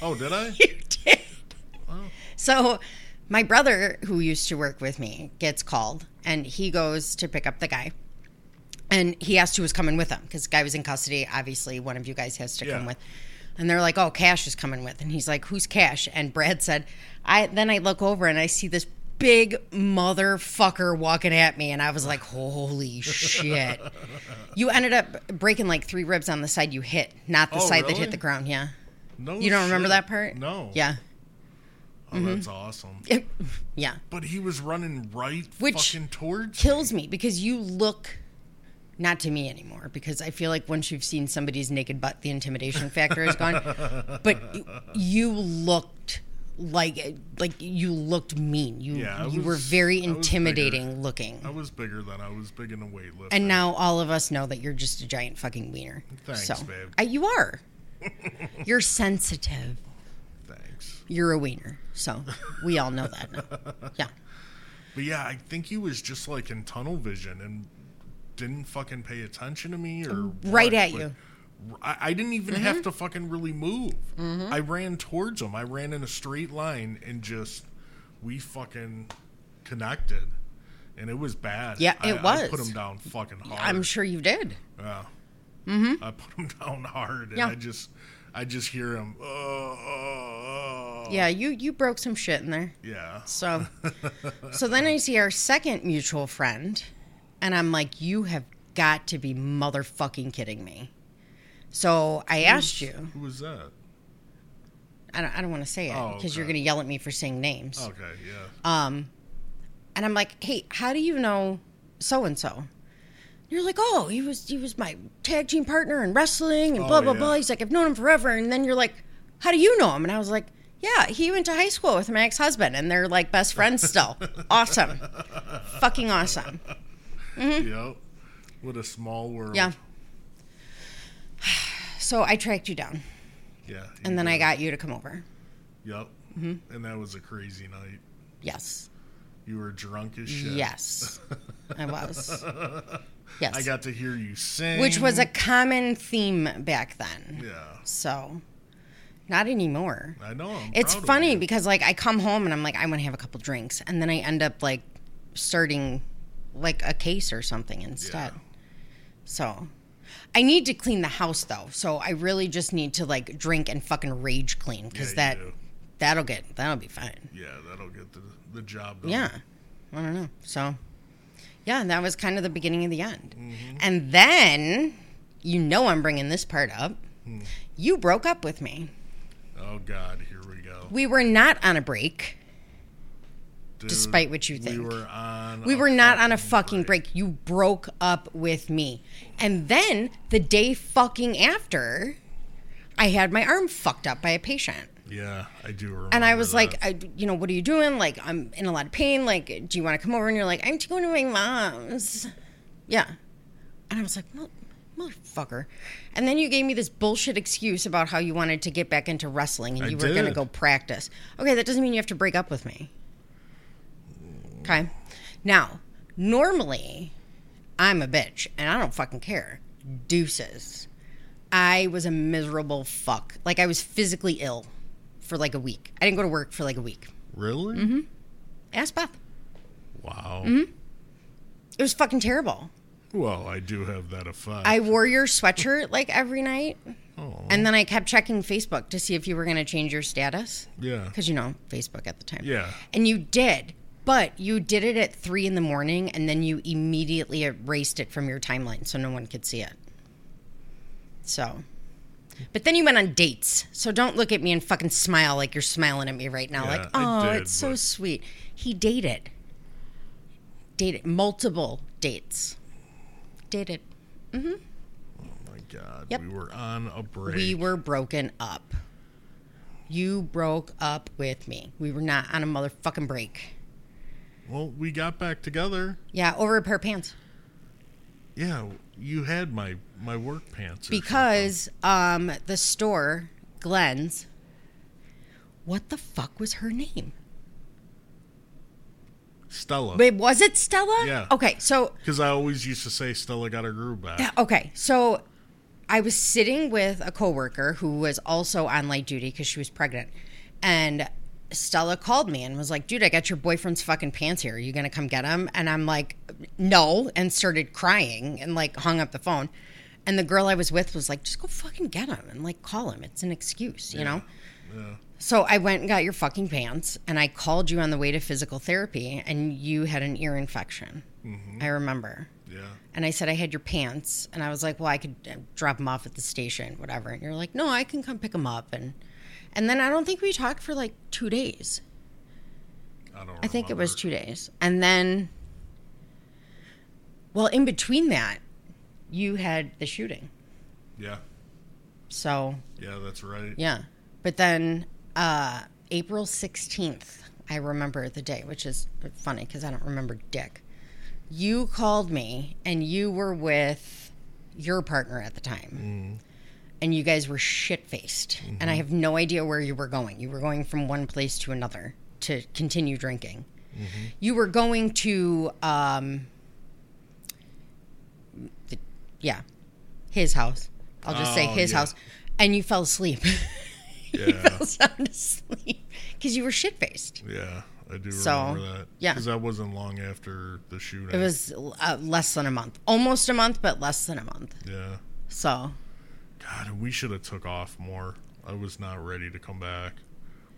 Oh, did
*laughs*
I?
You did. So my brother, who used to work with me, gets called and he goes to pick up the guy. And he asked who was coming with him because the guy was in custody. Obviously, one of you guys has to come
Yeah.
with. And they're like, oh, Cash is coming with. And he's like, who's Cash? And Brad said, I then I look over and I see this big motherfucker walking at me. And I was like,
*laughs*
holy shit. you ended up breaking like three ribs on the side you hit, not the
Oh,
side that
really?
hit the ground. Yeah.
No.
You don't remember
shit.
that part?
No.
Yeah. Mm-hmm.
Oh, that's awesome.
It- yeah.
But he was running right
Which
fucking towards
Kills me because you look not to me anymore because I feel like once you've seen somebody's naked butt, the intimidation factor is gone. but y- you looked like like you looked mean. You
Yeah, I
you were
was- I
very
was bigger.
intimidating looking.
I was bigger than I was big in the weightlifting.
and now all of us know that you're just a giant fucking wiener.
Thanks,
so,
babe.
I,
*laughs*
you are. you're sensitive.
Thanks.
You're a wiener. So we all know that now. Yeah.
But yeah, I think he was just like in tunnel vision and didn't fucking pay attention to me or
Right
what,
at
but
you. Mm-hmm.
I, I didn't even have to fucking really move. I ran towards him. I ran in a straight line and just we fucking connected, and it was bad.
Yeah,
I-
it
I put
was.
him down fucking hard.
I'm sure you did.
Yeah. I put him *laughs* down hard, and
Yeah.
"Oh, I just, I just hear him. "Uh, uh, uh,"
yeah, you you broke some shit in there.
Yeah.
So, so then I see our second mutual friend, and I'm like, "You have got to be motherfucking kidding me." So I asked you.
Who was that?
I don't, I don't want to say it
Oh,
because you're
okay.
going to yell at me for saying names.
Okay, yeah.
Um, and I'm like, "Hey, how do you know so and so?" You're like, "Oh, he was he was my tag team partner in wrestling and
Oh,
blah blah
yeah.
blah." He's like, "I've known him forever." And then you're like, "How do you know him?" And I was like, "Yeah, he went to high school with my ex-husband, and they're like best friends
*laughs*
still. awesome, fucking awesome."
Yep. What a small world.
mm-hmm. Yeah. So I tracked you down,
Yeah.
and then I got Mm-hmm. you to come over.
Yep. And that was a crazy night.
Yes,
You were drunk as shit.
yes, I was.
*laughs*
Yes,
I got to hear you sing.
which was
Mm-hmm.
a common theme back then.
Yeah.
So, not anymore.
I know. I'm
It's
proud of
funny
you.
because like I come home and I'm like I want to have a couple drinks and then I end up like starting like a case or something instead.
Yeah.
So, I need to clean the house though. So I really just need to like drink and fucking rage clean
Yeah,
cuz
you
that
do.
that'll get that'll be fine.
Yeah, that'll get the, the job done.
Yeah. I don't know. So, yeah, and that was kind of the beginning of the end. And then you know I'm bringing this part up. You broke up with me.
Oh, God. Here we go.
We were not on a break.
Dude,
despite what you think.
We were on.
We were not on a fucking break. You broke up with me. And then the day fucking after, I had my arm fucked up by a patient.
Yeah, I do remember.
And I was
that.
like, I, you know, what are you doing? Like, I'm in a lot of pain. Like, do you want to come over? And you're like, I'm going to my mom's. Yeah. And I was like, "Mo- motherfucker. And then you gave me this bullshit excuse about how you wanted to get back into wrestling and
I
you were going to
did.
go practice. Okay, that doesn't mean you have to break up with me. Okay. Now, normally, I'm a bitch and I don't fucking care. Deuces. I was a miserable fuck. Like, I was physically ill for like a week. I didn't go to work for like a week.
really?
Mm-hmm. Ask Beth.
Wow.
Mm-hmm. It was fucking terrible.
Well, I do have that effect.
I wore your sweatshirt like every night.
oh,
And then I kept checking Facebook to see if you were going to change your status.
yeah.
Because, you know, Facebook at the time.
Yeah.
And you did. But you did it at three in the morning and then you immediately erased it from your timeline so no one could see it. So. But then you went on dates. So don't look at me and fucking smile like you're smiling at me right now.
Yeah,
like, oh,
I did,
it's so
but-
sweet. He dated. Dated. Multiple dates. Dated.
Oh my God.
Yep.
We were on a break.
We were broken up. You broke up with me. We were not on a motherfucking break.
well, we got back together.
Yeah, over a pair of pants.
Yeah, you had my my work pants. or
Because um the store, Glenn's, what the fuck was her name?
something. Stella.
Wait, was it Stella?
Yeah.
Okay, so
Because I always used to say Stella got her groove back.
okay, so I was sitting with a coworker who was also on light duty because she was pregnant, and Stella called me and was like, "Dude, I got your boyfriend's fucking pants here. Are you gonna come get him?" And I'm like, "No," and started crying and like hung up the phone. And the girl I was with was like, "Just go fucking get him and like call him. It's an excuse, you know."
Yeah.
So I went and got your fucking pants, and I called you on the way to physical therapy, and you had an ear infection.
Mm-hmm.
I remember.
Yeah.
And I said, I had your pants. And I was like, well, I could uh, drop them off at the station, whatever. And you're like, no, I can come pick them up. And, and then I don't think we talked for like two days.
I don't
I think it was
remember.
two days. And then, well, in between that, you had the shooting.
Yeah.
So,
Yeah, that's right.
yeah. But then uh, April 16th, I remember the day, which is funny because I don't remember Dick. You called me and you were with your partner at the time. And you guys were shit faced. And I have no idea where you were going. You were going from one place to another to continue drinking. You were going to, um, the, yeah, his house. I'll just say
Oh,
his
yeah.
house. And you fell asleep. *laughs* you
Yeah.
fell sound asleep because you were shit faced.
Yeah, I do
So,
remember that.
yeah.
Because that wasn't long after the shooting.
It was uh, less than a month, almost a month, but less than a month.
Yeah.
So
God, we should have took off more. I was not ready to come back.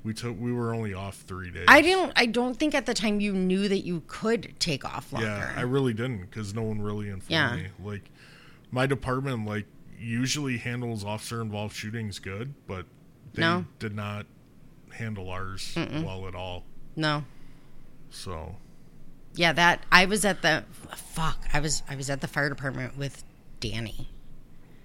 We took we were only off three days.
I didn't. I don't think at the time you knew that you could take off longer.
Yeah, I really didn't because no one really informed
Yeah.
me. Like my department, like usually handles officer involved shootings good, but they
No.
did not handle ours well at all.
no.
So
Yeah, that I was at the fuck. I was I was at the fire department with Danny,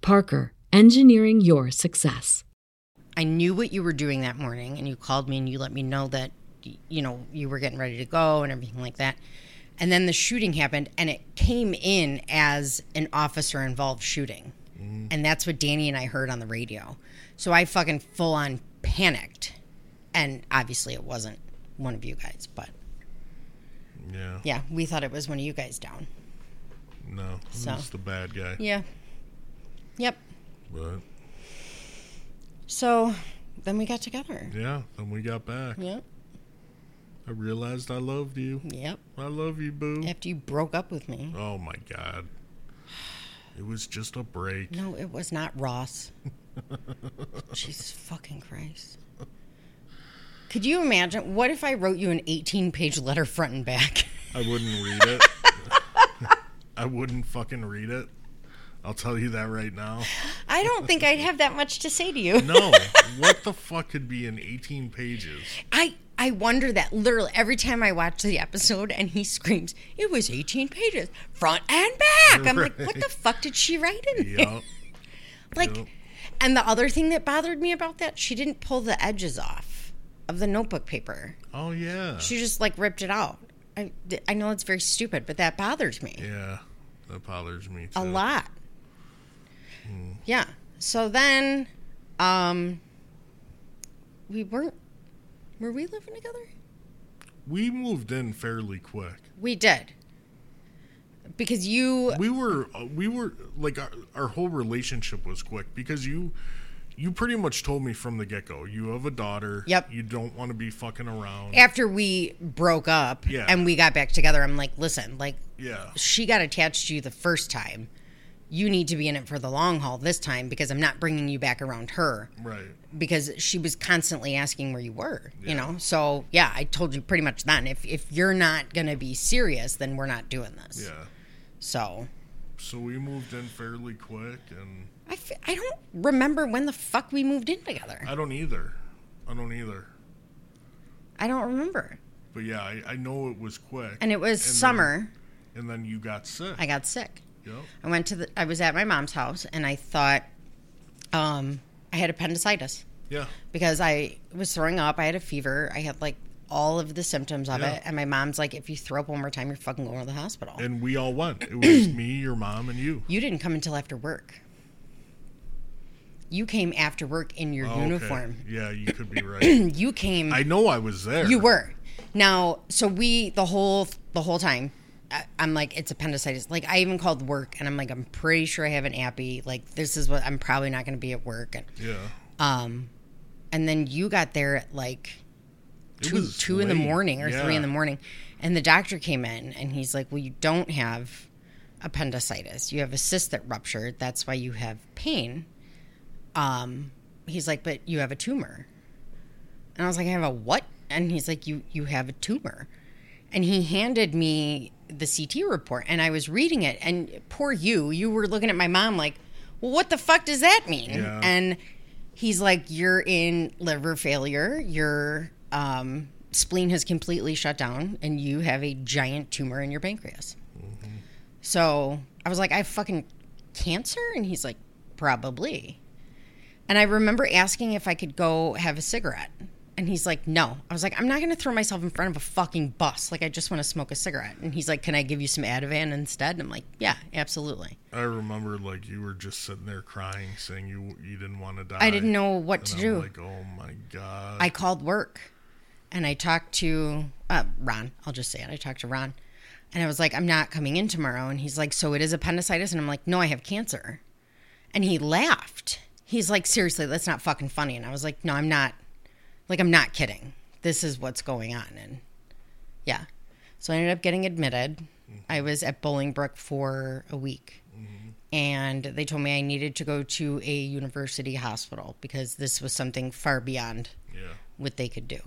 Parker, engineering your success.
I knew what you were doing that morning, and you called me and you let me know that y- you know you were getting ready to go and everything like that. And then the shooting happened, and it came in as an officer involved shooting, and that's what Danny and I heard on the radio. So I fucking full on panicked, and obviously it wasn't one of you guys, but
yeah,
yeah, we thought it was one of you guys down.
no,
So.
it's the bad guy.
Yeah. Yep.
But
So then we got together.
yeah, then we got back.
Yep.
I realized I loved you.
Yep.
I love you, boo.
After you broke up with me.
Oh my god, it was just a
*sighs*
break.
No, it was not Ross. *laughs* Jesus fucking Christ. Could you imagine? What if I wrote you an 18 page letter front and back? *laughs*
I wouldn't read it. *laughs* I wouldn't fucking read it. I'll tell you that right now.
I don't think I'd have that much to say to you.
No, what the fuck could be in 18 pages?
I, I wonder that literally every time I watch the episode and he screams, it was 18 pages, front and back. I'm like, what the fuck did she write in there? *laughs*
Yeah,
Like,
Yep.
and the other thing that bothered me about that, she didn't pull the edges off of the notebook paper.
Oh yeah.
She just like ripped it out. I, I know it's very stupid, but that bothers me
Yeah, that bothers me too.
a lot.
Hmm.
Yeah. So then, um, we weren't. Were we living together?
We moved in fairly quick.
We did. Because you,
We were uh, we were like our, our whole relationship was quick because you you pretty much told me from the get-go you have a daughter.
Yep.
You don't want to be fucking around.
after we broke up
Yeah.
and we got back together, I'm like, listen, like
Yeah.
she got attached to you the first time. You need to be in it for the long haul this time because I'm not bringing you back around her
Right.
because she was constantly asking where you were, you know? So, yeah, I told you pretty much then if, if you're not going to be serious, then we're not doing this.
Yeah.
So,
So we moved in fairly quick and
I, f- I don't remember when the fuck we moved in together.
I don't either. I don't either.
I don't remember.
But yeah, I, I know it was quick.
And it was
then-
summer.
and then you got sick.
I got sick.
Yep.
I went to the, I was at my mom's house and I thought, um, I had appendicitis.
Yeah.
because I was throwing up. I had a fever. I had like all of the symptoms of
Yeah.
it. And my mom's like, if you throw up one more time, you're fucking going to the hospital.
And we all went. It
*clears throat*
was me, your mom, and you.
you didn't come until after work. You came after work in your
Oh, Okay.
uniform.
Yeah, you could
*clears throat*
be right.
You came.
I know I was there.
you were. Now, so we the whole the whole time. I, I'm like, it's appendicitis. Like I even called work, and I'm like, I'm pretty sure I have an appy. Like this is what I'm probably not going to be at work. And
Yeah.
um, and then you got there at like
It
two
was
two in the
late.
morning or three
Yeah.
in the morning, and the doctor came in and he's like, "Well, you don't have appendicitis. You have a cyst that ruptured. That's why you have pain." Um, he's like, "But you have a tumor," and I was like, "I have a what?" And he's like, "You you have a tumor," and he handed me the CT report, and I was reading it, and poor you, you were looking at my mom like, "Well, what the fuck does that mean?"
Yeah.
And he's like, "You're in liver failure. Your um, spleen has completely shut down, and you have a giant tumor in your pancreas." So I was like, "I have fucking cancer," and he's like, "Probably." And I remember asking if I could go have a cigarette, And he's like, no. I was like, I'm not going to throw myself in front of a fucking bus. Like, I just want to smoke a cigarette. And he's like, can I give you some Ativan instead? And I'm like, yeah, absolutely.
I remember like you were just sitting there crying, saying you you didn't want to die.
I didn't know what
And
to
I'm
do.
Like, oh my god.
I called work and I talked to uh, Ron. I'll just say it. I talked to Ron and I was like, I'm not coming in tomorrow. And he's like, So it is appendicitis? And I'm like, No, I have cancer. And he laughed. He's like, Seriously, that's not fucking funny. And I was like, No, I'm not. Like, I'm not kidding. This is what's going on. And yeah. So I ended up getting admitted. I was at Bolingbrook for a week. And they told me I needed to go to a university hospital because this was something far beyond
yeah.
what they could do.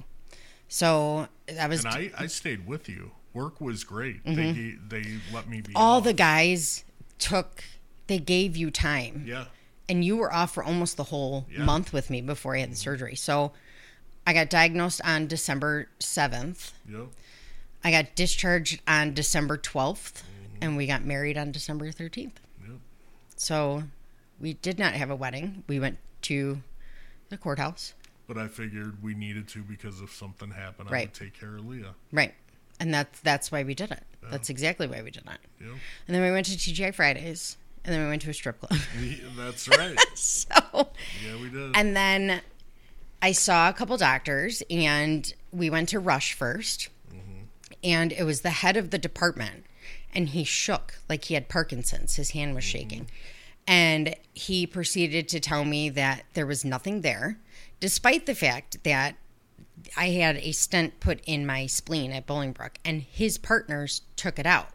So that was
And I I stayed with you. Work was great. They ge- They they let me be
Mm-hmm. all
off.
the guys took. They gave you time,
yeah.
and you were off for almost the whole
Yeah.
month with me before I had the surgery. So I got diagnosed on December seventh.
Yep.
I got discharged on December 12th,
Mm-hmm.
and we got married on December 13th.
Yep.
So we did not have a wedding. We went to the courthouse.
But I figured we needed to because if something happened, I
Right.
would take care of Leah.
Right. And that's that's why we did it. That's exactly why we did it.
Yep.
And then we went to TGI Fridays, and then we went to a strip club. *laughs*
Yeah, That's right.
so,
yeah, we did.
and then I saw a couple doctors, and we went to Rush 1st and it was the head of the department, and he shook like he had Parkinson's. His hand was shaking, and he proceeded to tell me that there was nothing there, despite the fact that. I had a stent put in my spleen at Bolingbrook, and his partners took it out.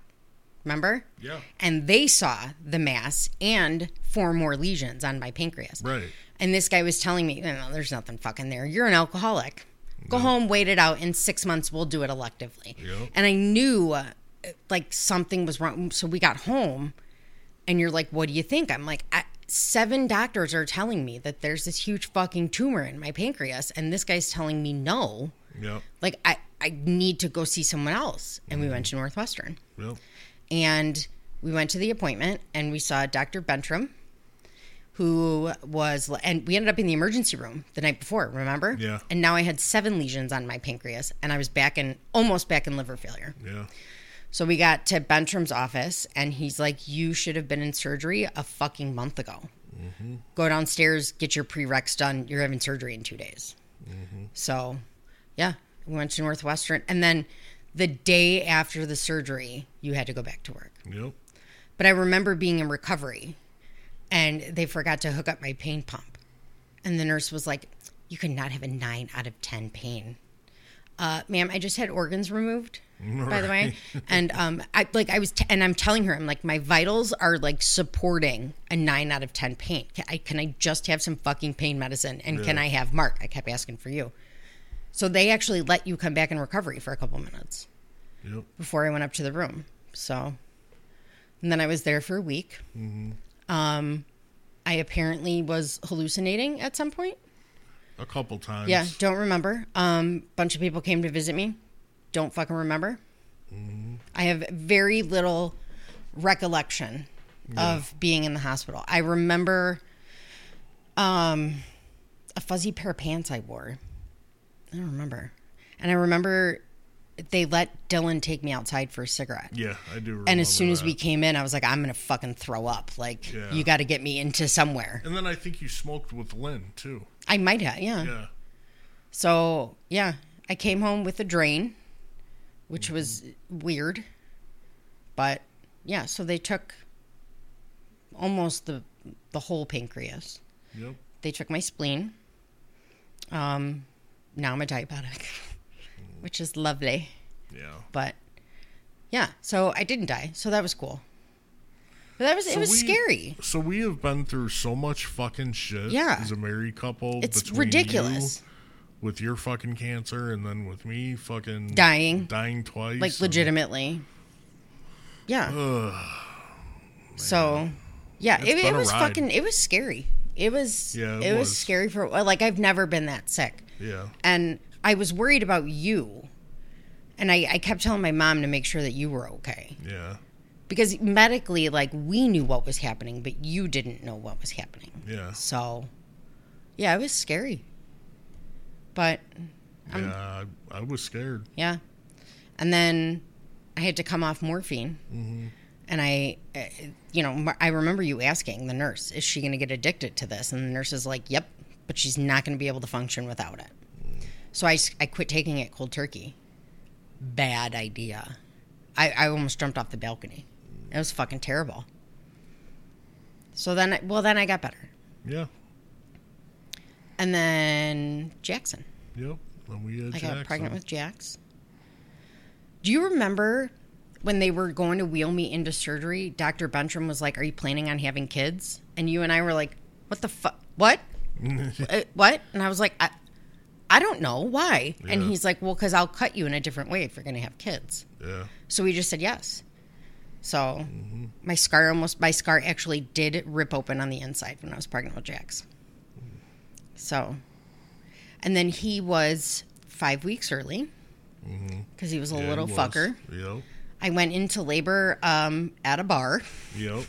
Remember?
Yeah.
And they saw the mass and four more lesions on my pancreas.
Right.
And this guy was telling me, no, no, there's nothing fucking there. You're an alcoholic. Go home, wait it out. In six months, we'll do it electively.
Yep.
And I knew uh, like something was wrong. So we got home and you're like, what do you think? I'm like, I, seven doctors are telling me that there's this huge fucking tumor in my pancreas. And this guy's telling me no.
Yep.
Like, I, I need to go see someone else. And we
Mm-hmm.
went to Northwestern
Yep.
and we went to the appointment and we saw Dr. Bentram, who was, and we ended up in the emergency room the night before, remember?
Yeah.
And now I had seven lesions on my pancreas and I was back in, almost back in liver failure.
Yeah.
So we got to Bentram's office and he's like, You should have been in surgery a fucking month ago. Go downstairs, get your pre prereqs done. You're having surgery in two days. So, yeah, we went to Northwestern. And then the day after the surgery, you had to go back to work
Yep.
but I remember being in recovery and they forgot to hook up my pain pump. And the nurse was like, You could not have a nine out of 10 pain. Uh, ma'am, I just had organs removed, by the way. And um, I like I was, t- and I'm telling her, I'm like, my vitals are like supporting a nine out of 10 pain. Can I, can I just have some fucking pain medicine? And can I have Mark? I kept asking for you. So they actually let you come back in recovery for a couple minutes
Yep.
before I went up to the room. So, and then I was there for a week. Um, I apparently was hallucinating at some point.
A couple times.
Yeah, don't remember. Um, bunch of people came to visit me. Don't fucking remember. I have very little recollection of being in the hospital. I remember um, a fuzzy pair of pants I wore. I don't remember. And I remember they let Dylan take me outside for a cigarette.
Yeah, I do. Remember
And as soon as
that.
we came in, I was like, I'm going to fucking throw up. Like,
Yeah.
you got to get me into somewhere.
And then I think you smoked with Lynn too.
I might have, yeah.
Yeah.
So, yeah, I came home with a drain, which was weird. But yeah, so they took almost the the whole pancreas.
Yep.
They took my spleen. Um now I'm a diabetic, *laughs* which is lovely,
Yeah.
but yeah, so I didn't die. So that was cool. But that was it
So
was
we-
scary.
So we have been through so much fucking shit.
Yeah.
As a married couple,
It's
between
ridiculous.
you with your fucking cancer, and then with me fucking
Dying.
dying twice.
like
and-
legitimately. Yeah. so, yeah, it,
been
it
a
was
ride.
fucking. It was scary. It was.
Yeah,
it,
it
was.
was.
scary for uh, like I've never been that sick,
Yeah.
and I was worried about you, and I, I kept telling my mom to make sure that you were okay
Yeah.
because medically, like we knew what was happening, but you didn't know what was happening.
Yeah.
So, yeah, it was scary. But I'm-
yeah, I, I was scared.
Yeah. And then I had to come off morphine. And I, uh, you know, m- I remember you asking the nurse, is she going to get addicted to this? And the nurse is like, yep, but she's not going to be able to function without it. So I, s- I quit taking it cold turkey. Bad idea. I, I almost jumped off the balcony. It was fucking terrible. So then, I, well, then I got better.
Yeah.
And then Jackson.
Yep. And we had
I
Jackson.
got pregnant with Jax. Do you remember when they were going to wheel me into surgery? Dr. Buntram was like, Are you planning on having kids? And you and I were like, What the fuck? *laughs* What? Uh, what? And I was like, I, I don't know. Why? And
Yeah.
he's like, Well, because I'll cut you in a different way if you're going to have kids.
Yeah.
So we just said yes. So
Mm-hmm.
my scar almost, my scar actually did rip open on the inside when I was pregnant with Jax. So, and then he was five weeks early because he was a
Mm-hmm. Yeah, he
little
was.
fucker.
Yep.
I went into labor um, at a bar. *laughs*
Yep.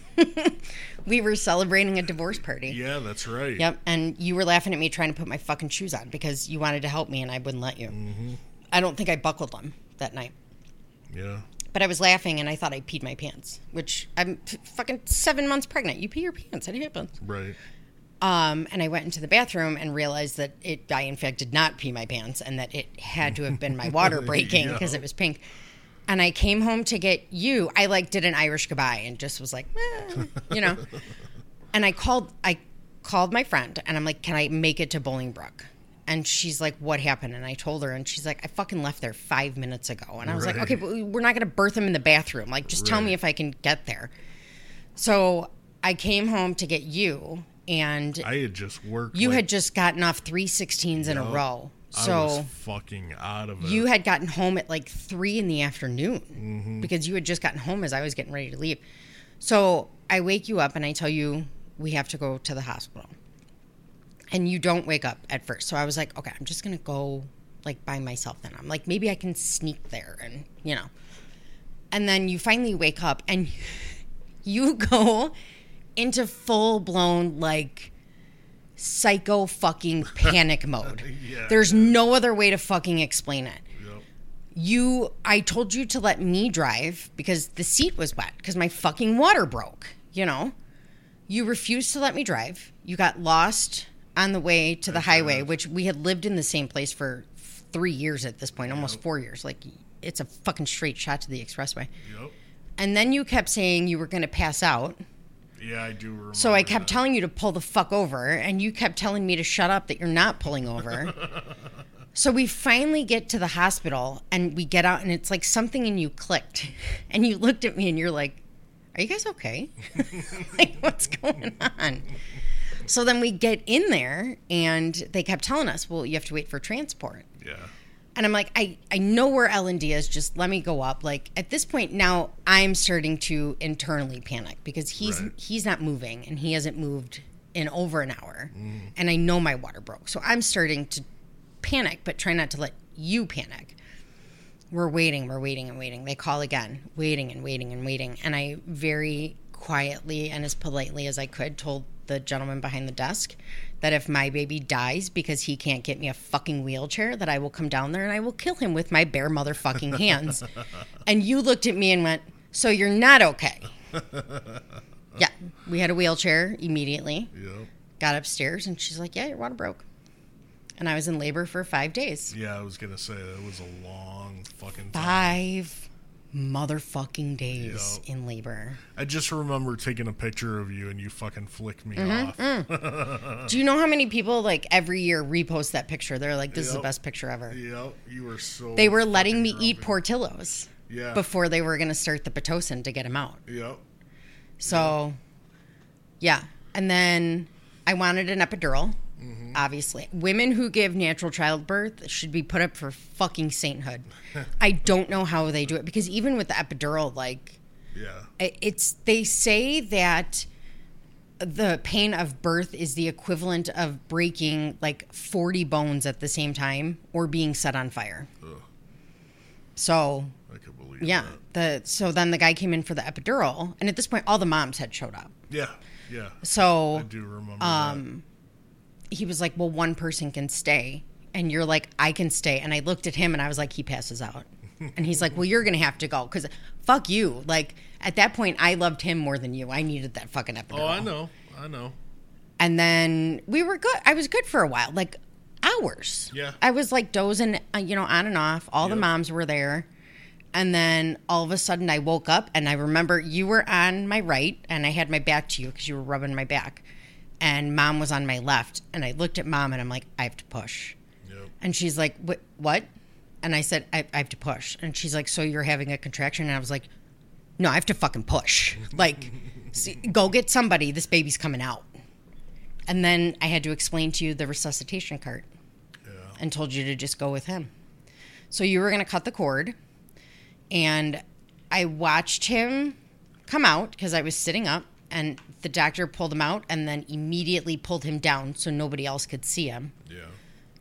We were celebrating a divorce party.
yeah, that's right.
Yep. And you were laughing at me trying to put my fucking shoes on because you wanted to help me and I wouldn't let you.
Mm-hmm.
I don't think I buckled them that night.
Yeah.
But I was laughing and I thought I peed my pants, which I'm f- fucking seven months pregnant. You pee your pants, it happens.
Right.
Um, and I went into the bathroom and realized that it, I in fact did not pee my pants and that it had to have been my
*laughs*
water breaking because it was pink. And I came home to get you. I like did an Irish goodbye and just was like, "Eh,"
*laughs*
you know. and I called, I called my friend and I'm like, can I make it to Bolingbrook? And she's like, what happened? And I told her, and she's like, I fucking left there five minutes ago. And I was
Right.
like, okay, but we're not going to birth him in the bathroom. Like, just tell me
Right.
if I can get there. So I came home to get you, and
I had just worked.
you
like,
had just gotten off three 16s in a row.
I was
So
fucking out of it.
you had gotten home at like three in the afternoon
Mm-hmm.
because you had just gotten home as I was getting ready to leave. So I wake you up and I tell you we have to go to the hospital. And you don't wake up at first. So I was like, okay, I'm just going to go like by myself then. I'm like, maybe I can sneak there and, you know. And then you finally wake up and *laughs* you go into full blown like psycho fucking panic mode.
Yeah.
There's no other way to fucking explain it.
Yep.
You, I told you to let me drive because the seat was wet because my fucking water broke, you know? You refused to let me drive. You got lost on the way to the highway, which we had lived in the same place for three years at this point, almost four years. Like, it's a fucking straight shot to the expressway.
Yep.
And then you kept saying you were going to pass out.
Yeah, I do remember.
So I kept telling you to pull the fuck over, and you kept telling me to shut up that you're not pulling over. so we finally get to the hospital, and we get out, and it's like something in you clicked, and you looked at me, and you're like, "Are you guys okay? *laughs* like, what's going on?" So then we get in there, and they kept telling us, "Well, you have to wait for transport."
Yeah.
And I'm like, I, I know where L and D is. Just let me go up. Like at this point now, I'm starting to internally panic because he's
Right.
he's not moving and he hasn't moved in over an hour, and I know my water broke, so I'm starting to panic, but try not to let you panic. We're waiting, we're waiting and waiting. They call again, waiting and waiting and waiting, and I very quietly and as politely as I could told the gentleman behind the desk that if my baby dies because he can't get me a fucking wheelchair, that I will come down there and I will kill him with my bare motherfucking hands. and you looked at me and went, So you're not okay. yeah. We had a wheelchair immediately,
Yep.
got upstairs, and she's like, Yeah, your water broke. And I was in labor for five days.
Yeah, I was gonna say that was a long fucking time.
Five motherfucking days
Yeah.
in labor.
I just remember taking a picture of you and you fucking flicked me
Mm-hmm,
off.
mm.
*laughs*
Do you know how many people like every year repost that picture? They're like, This is the
Yep.
best picture ever.
Yep. You were so.
They were letting
fucking
me eat
grumpy.
Portillos
Yeah.
before they were going to start the Pitocin to get him out.
Yep.
So, yeah. And then I wanted an epidural,
Mm-hmm.
obviously. Women who give natural childbirth should be put up for fucking
*laughs*
sainthood. I don't know how they do it because even with the epidural, like,
Yeah.
i- it's they say that the pain of birth is the equivalent of breaking like 40 bones at the same time or being set on fire.
Ugh.
So,
I could believe.
yeah,
that.
the so then the guy came in for the epidural, and at this point, all the moms had showed up.
Yeah. Yeah. I
So
do remember.
Um, he was like, "Well, one person can stay." and you're like, I can stay. And I looked at him and I was like, he passes out. And he's like, well, you're going to have to go because fuck you. Like at that point, I loved him more than you. I needed that fucking epidural.
Oh, I know. I know.
And then we were good. I was good for a while, like hours.
Yeah.
I was like dozing, uh, you know, on and off. All the moms were there. And then all of a sudden I woke up and I remember you were on my right and I had my back to you because you were rubbing my back. And mom was on my left. And I looked at mom and I'm like, I have to push.
Yep.
And she's like, "Wh- what? And I said, I, I have to push. And she's like, so you're having a contraction? And I was like, no, I have to fucking push. Like, see, go get somebody. This baby's coming out. And then I had to explain to you the resuscitation cart and told you to just go with him. So you were going to cut the cord. And I watched him come out because I was sitting up. And the doctor pulled him out and then immediately pulled him down so nobody else could see him
Yeah.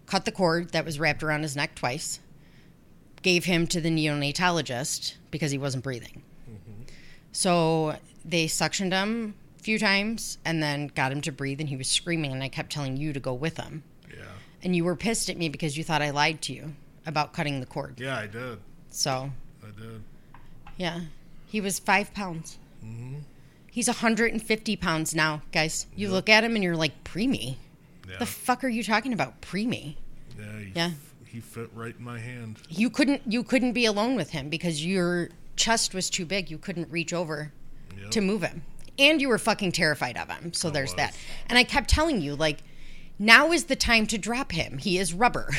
cut the cord that was wrapped around his neck twice, gave him to the neonatologist because he wasn't breathing.
Mm-hmm.
So they suctioned him a few times and then got him to breathe, and he was screaming. And I kept telling you to go with him.
Yeah.
And you were pissed at me because you thought I lied to you about cutting the cord.
Yeah, I did.
So,
I did.
yeah, he was five pounds.
Mm-hmm.
He's 150 pounds now, guys. You look at him and you're like, preemie.
Yeah.
The fuck are you talking about, preemie?
yeah. He,
Yeah.
He fit right in my hand.
you couldn't you couldn't be alone with him because your chest was too big you couldn't reach over
Yep.
to move him and you were fucking terrified of him so there's
was.
that and i kept telling you like now is the time to drop him he
*laughs*
is rubber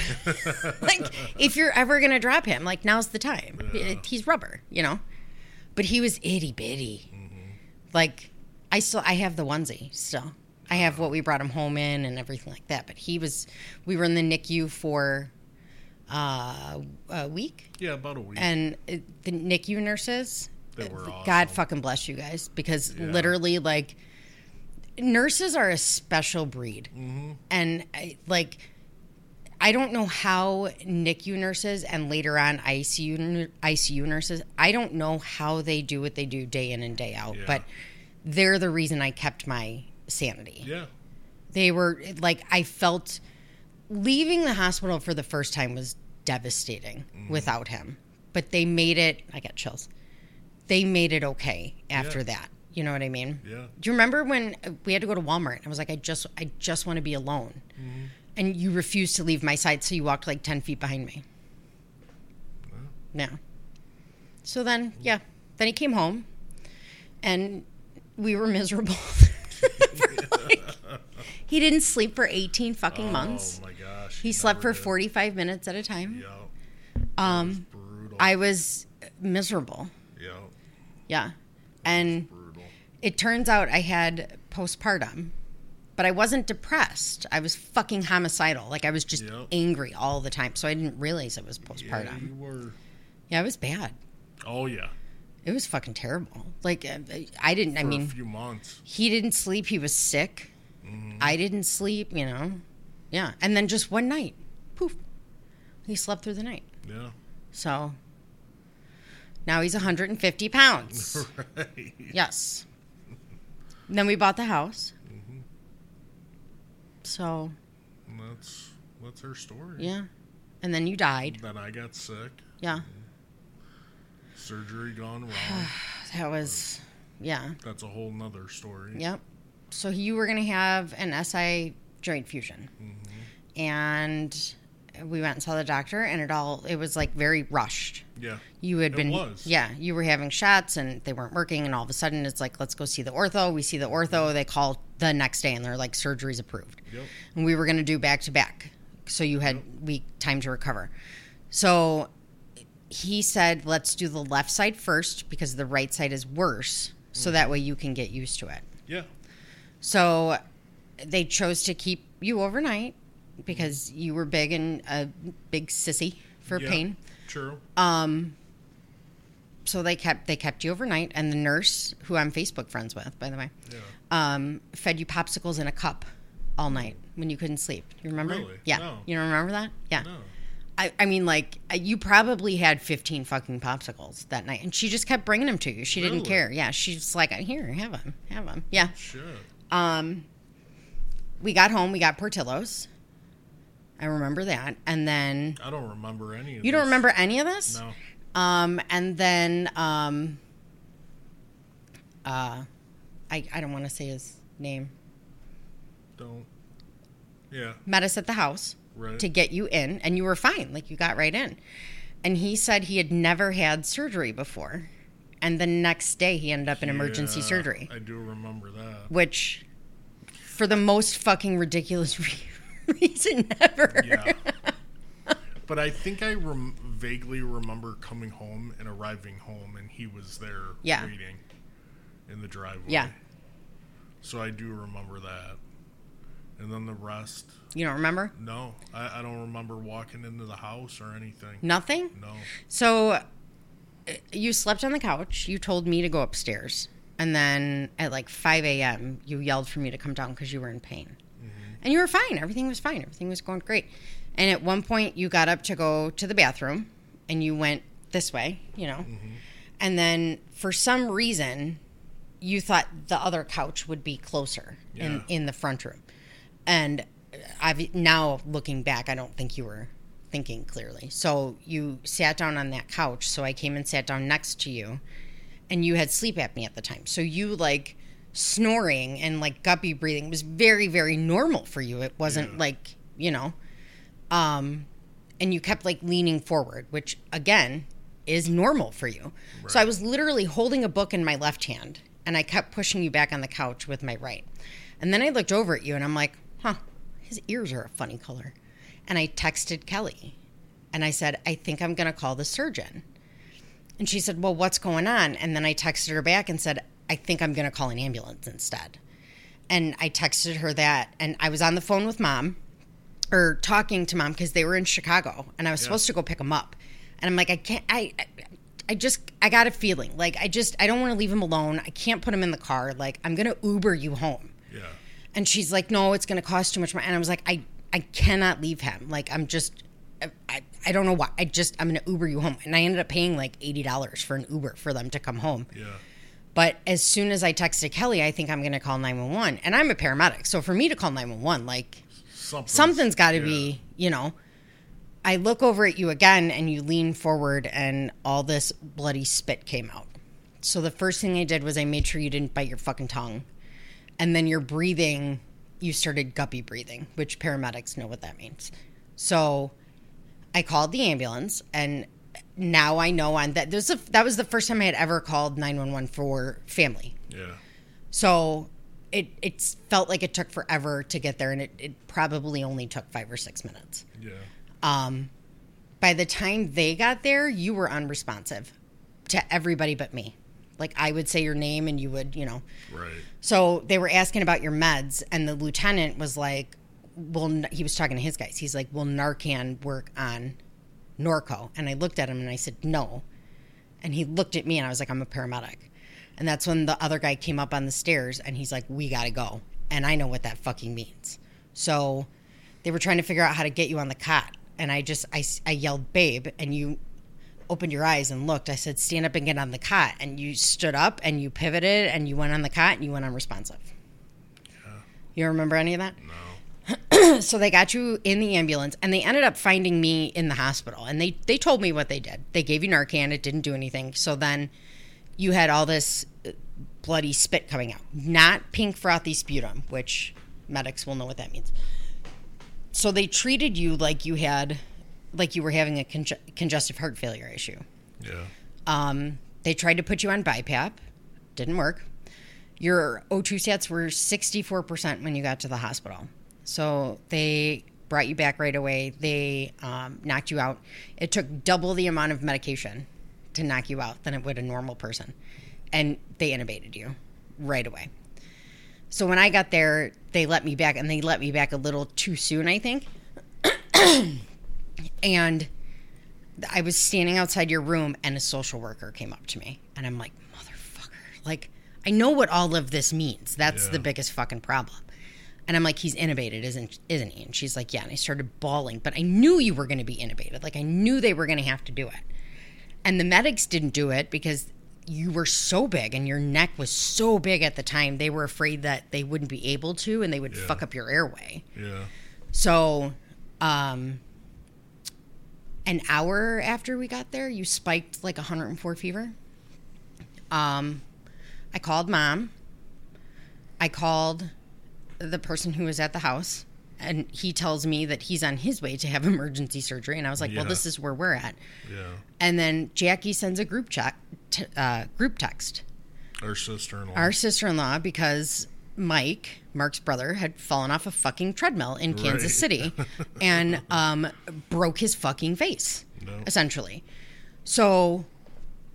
like if you're ever gonna drop him like now's the time It- he's rubber you know but he was itty bitty
Mm-hmm.
like i still i have the onesie still i
Ah.
have what we brought him home in and everything like that but he was we were in the nicu for uh, a week
Yeah, about a week.
and it, the NICU nurses, uh,
They were awesome.
God fucking bless you guys because literally, like, nurses are a special breed.
Mm-hmm.
And, I, like, I don't know how NICU nurses and later on ICU, nu- ICU nurses, I don't know how they do what they do day in and day out,
Yeah.
but they're the reason I kept my sanity
yeah.
they were like i felt leaving the hospital for the first time was devastating
Mm-hmm.
without him but they made it i got chills they made it okay after
Yeah.
that you know what i mean
Yeah.
do you remember when we had to go to walmart and i was like i just i just want to be alone
Mm-hmm.
and you refused to leave my side so you walked like 10 feet behind me yeah so then yeah then he came home and we were miserable *laughs* For, like- he didn't sleep for 18 fucking months
Oh my gosh.
he slept for
never did.
45 minutes at a time
Yeah. Um. Brutal.
i was miserable
yeah.
yeah and
Brutal.
it turns out i had postpartum but i wasn't depressed i was fucking homicidal like i was just
Yep.
angry all the time so i didn't realize it was
Yeah, you
postpartum
were.
yeah it was bad
Oh yeah.
it was fucking terrible like uh, i didn't i
For
mean
a few months.
he didn't sleep he was sick i didn't sleep you know yeah and then just one night poof he slept through the night
Yeah. *laughs*
so now he's 150 pounds
*laughs* Right.
yes And then we bought the house so
And that's that's her story.
yeah and then you died
Then I got sick.
yeah
Surgery gone wrong.
*sighs* that was yeah
that's a whole nother story.
Yep. So you were going to have an SI joint fusion.
Mm-hmm.
And we went and saw the doctor and it all it was like very rushed.
Yeah.
You had
It
been
was.
yeah, you were having shots and they weren't working and all of a sudden it's like let's go see the ortho. We see the ortho, they call the next day and they're like surgery's approved.
Yep.
And we were going to do back to back. So you had week time to recover. So he said, let's do the left side first because the right side is worse. So
Mm-hmm.
that way you can get used to it.
Yeah.
So they chose to keep you overnight because you were big and a big sissy for
yeah.
pain. Um,
True.
So they kept they kept you overnight, and the nurse, who I'm Facebook friends with, by the way,
yeah.
um, fed you popsicles in a cup all night when you couldn't sleep. You remember?
Really?
Yeah.
No.
You don't remember that? Yeah.
No.
I, I mean, like uh, you probably had 15 fucking popsicles that night, and she just kept bringing them to you. She didn't
Really?
care. Yeah. She's like, here, have them, have them. Yeah.
Shit.
Um, we got home, we got Portillo's, I remember that. And then
I don't remember any of
you don't
this.
remember any of this?
No.
Um, and then um, uh, I I don't want to say his name.
Don't. Yeah.
Met us at the house
Right.
to get you in, and you were fine. Like you got right in. And he said he had never had surgery before, and the next day he ended up in emergency
Yeah,
surgery,
I do remember that.
which, for the most fucking ridiculous *laughs* re- reason ever.
Yeah. *laughs* but I think I rem- vaguely remember coming home and arriving home, and he was there
Yeah.
waiting in the driveway.
Yeah.
So I do remember that. And then the rest,
You don't remember?
no, I, I don't remember walking into the house or anything.
Nothing.
No.
So uh, you slept on the couch. You told me to go upstairs. And then at like 5 a.m., you yelled for me to come down because you were in pain. And you were fine. Everything was fine. Everything was going great. And at one point, you got up to go to the bathroom and you went this way, you know. And then for some reason, you thought the other couch would be closer in,
Yeah.
in the front room. And I've now looking back, I don't think you were thinking clearly. So you sat down on that couch. So I came and sat down next to you, and you had sleep apnea at the time. So you like snoring and like guppy breathing was very very normal for you. It wasn't like you know, um, and you kept like leaning forward, which again is normal for you. So I was literally holding a book in my left hand and I kept pushing you back on the couch with my right. And then I looked over at you and I'm like, huh, his ears are a funny color. And I texted Kelly and I said, I think I'm going to call the surgeon. And she said, Well, what's going on? And then I texted her back and said, I think I'm going to call an ambulance instead. And I texted her that. And I was on the phone with mom or talking to mom because they were in Chicago and I was supposed to go pick him up. And I'm like, I can't, I, I, I just, I got a feeling like I just, I don't want to leave him alone. I can't put him in the car. Like, I'm going to Uber you home.
Yeah.
And she's like, no, it's going to cost too much money. And I was like, I, I cannot leave him. Like, I'm just, I- I, I don't know why. I just, I'm going to Uber you home. And I ended up paying like $80 for an Uber for them to come home.
Yeah.
But as soon as I texted Kelly, I think I'm going to call 911. And I'm a paramedic. So for me to call 911, like,
Something's,
something's got to
yeah.
be, you know. I look over at you again and you lean forward and all this bloody spit came out. So the first thing I did was I made sure you didn't bite your fucking tongue. And then your breathing, you started guppy breathing, which paramedics know what that means. So I called the ambulance and now I know on that this is the- that was the first time I had ever called 911 for family
Yeah.
so it it felt like it took forever to get there, and it, it probably only took five or six minutes.
Yeah.
Um, by the time they got there, you were unresponsive to everybody but me. Like I would say your name, and you would, you know.
Right.
So they were asking about your meds, and the lieutenant was like, "Well, n- he was talking to his guys. He's like, "Will Narcan work on Norco?" And I looked at him and I said, "No." And he looked at me and I was like, "I'm a paramedic." And that's when the other guy came up on the stairs and he's like, "We got to go." And I know what that fucking means. So they were trying to figure out how to get you on the cot, and I just I, s- I yelled, "Babe," and you opened your eyes and looked. I said, "Stand up and get on the cot." And you stood up and you pivoted and you went on the cot and you went unresponsive. You don't remember any of that? No. *clears throat* so they got you in the ambulance and they ended up finding me in the hospital and they they told me what they did. They gave you Narcan, it didn't do anything. So then you had all this uh, bloody spit coming out. Not pink frothy sputum, which medics will know what that means. So they treated you like you had like you were having a conge- congestive heart failure issue.
Yeah.
Um, they tried to put you on BiPAP, didn't work. Your O2 sats were 64% when you got to the hospital. So they brought you back right away. They um, knocked you out. It took double the amount of medication to knock you out than it would a normal person. And they intubated you right away. So when I got there, they let me back and they let me back a little too soon, I think. and I was standing outside your room and a social worker came up to me and I'm like, motherfucker. Like, I know what all of this means. That's
Yeah.
the biggest fucking problem. And I'm like, he's intubated, isn't isn't he? And she's like, Yeah. And I started bawling, but I knew you were gonna be intubated. Like I knew they were gonna have to do it. And the medics didn't do it because you were so big and your neck was so big at the time. They were afraid that they wouldn't be able to and they would fuck up your airway.
Yeah.
So um, an hour after we got there, you spiked like 104 fever. Um, I called mom. I called the person who was at the house, and he tells me that he's on his way to have *laughs* emergency surgery. And I was like, well,
Yeah.
this is where we're at.
Yeah.
And then Jackie sends a group chat, t- uh, group text.
Our sister in law.
Our sister-in-law, because Mike, Mark's brother, had fallen off a fucking treadmill in Kansas
Right. *laughs*
City and um, broke his fucking face,
No.
essentially. So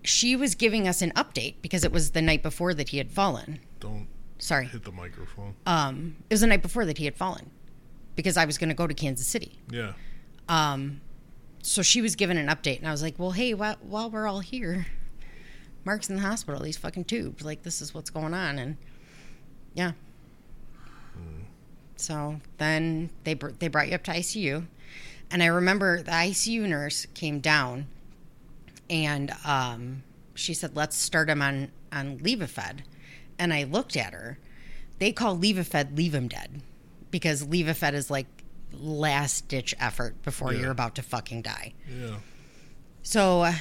she was giving us an update because it was the night before that he had fallen.
Don't
Sorry,
hit the microphone.
um, it was the night before that he had fallen because I was going to go to Kansas City.
yeah.
so she was given an update, and I was like, "Well, hey, while, while we're all here, Mark's in the hospital. He's fucking tubed. Like, this is what's going on." And yeah, so then they br- they brought you up to ICU, and I remember the ICU nurse came down, and um, she said, "Let's start him on on levofed," and I looked at her. They call levofed "leave him dead," because levofed is like last ditch effort before
Yeah.
you're about to fucking die.
Yeah.
So uh,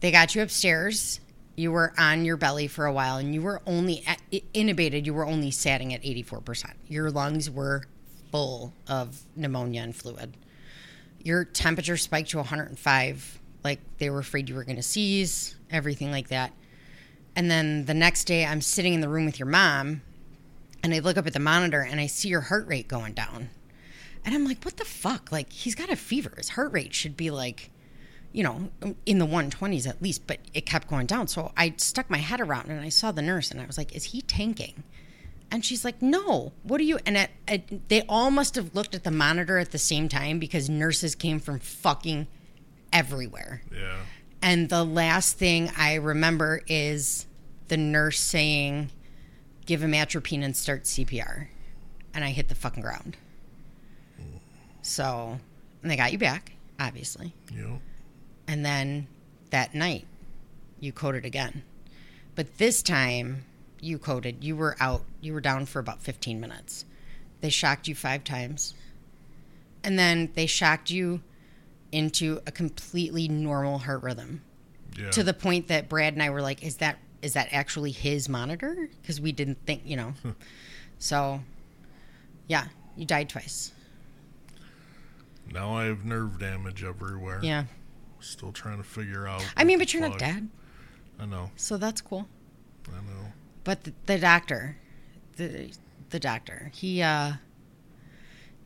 they got you upstairs. You were on your belly for a while and you were only at, i- intubated. You were only satting at 84%. Your lungs were full of pneumonia and fluid. Your temperature spiked to 105. Like they were afraid you were going to seize, everything like that. And then the next day, I'm sitting in the room with your mom and I look up at the monitor and I see your heart rate going down. And I'm like, what the fuck? Like, he's got a fever. His heart rate should be like, you know, in the 120s at least, but it kept going down. So I stuck my head around and I saw the nurse and I was like, is he tanking? And she's like, no, what are you? And at, at, they all must have looked at the monitor at the same time because nurses came from fucking everywhere.
Yeah.
And the last thing I remember is the nurse saying, give him atropine and start CPR. And I hit the fucking ground. So, and they got you back, obviously.
Yeah.
And then that night, you coded again. But this time, you coded. You were out, you were down for about 15 minutes. They shocked you five times. And then they shocked you into a completely normal heart rhythm
Yeah.
to the point that Brad and I were like, "Is that is that actually his monitor?" Because we didn't think, you know. so, yeah, you died twice.
now I have nerve damage everywhere.
Yeah,
Still trying to figure out.
I mean,
what
but
the
you're not
fuck.
dead,
I know.
so that's cool.
I know.
But the, the doctor, the the doctor, he uh,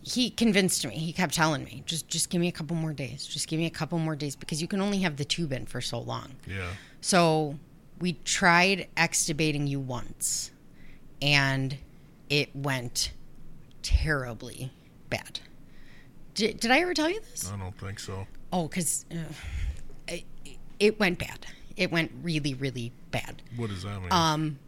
he convinced me. He kept telling me, "Just just give me a couple more days. Just give me a couple more days because you can only have the tube in for so long."
Yeah.
So we tried extubating you once, and it went terribly bad. Did, did I ever tell you this?
I don't think so.
Oh, because it, it went bad. It went really, really bad.
What does that mean?
Um,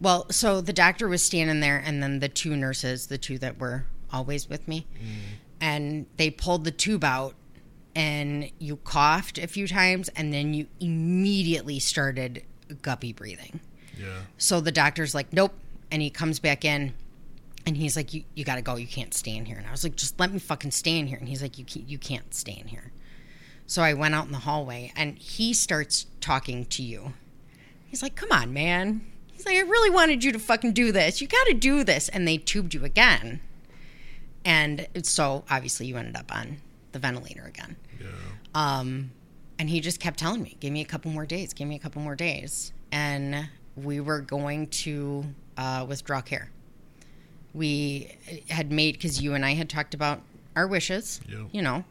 Well, so the doctor was standing there, and then the two nurses, the two that were always with me, and they pulled the tube out, and you coughed a few times, and then you immediately started guppy breathing.
yeah.
So the doctor's like, nope. And he comes back in and he's like, you, you got to go. You can't stay in here. And I was like, just let me fucking stay in here. And he's like, you, can't, you can't stay in here. So I went out in the hallway and he starts talking to you. He's like, come on, man. He's like, I really wanted you to fucking do this. You got to do this. And they tubed you again. And so obviously you ended up on the ventilator again.
Yeah.
Um, and he just kept telling me, give me a couple more days, give me a couple more days. And we were going to uh, withdraw care. We had made, because you and I had talked about our wishes,
Yeah.
you know,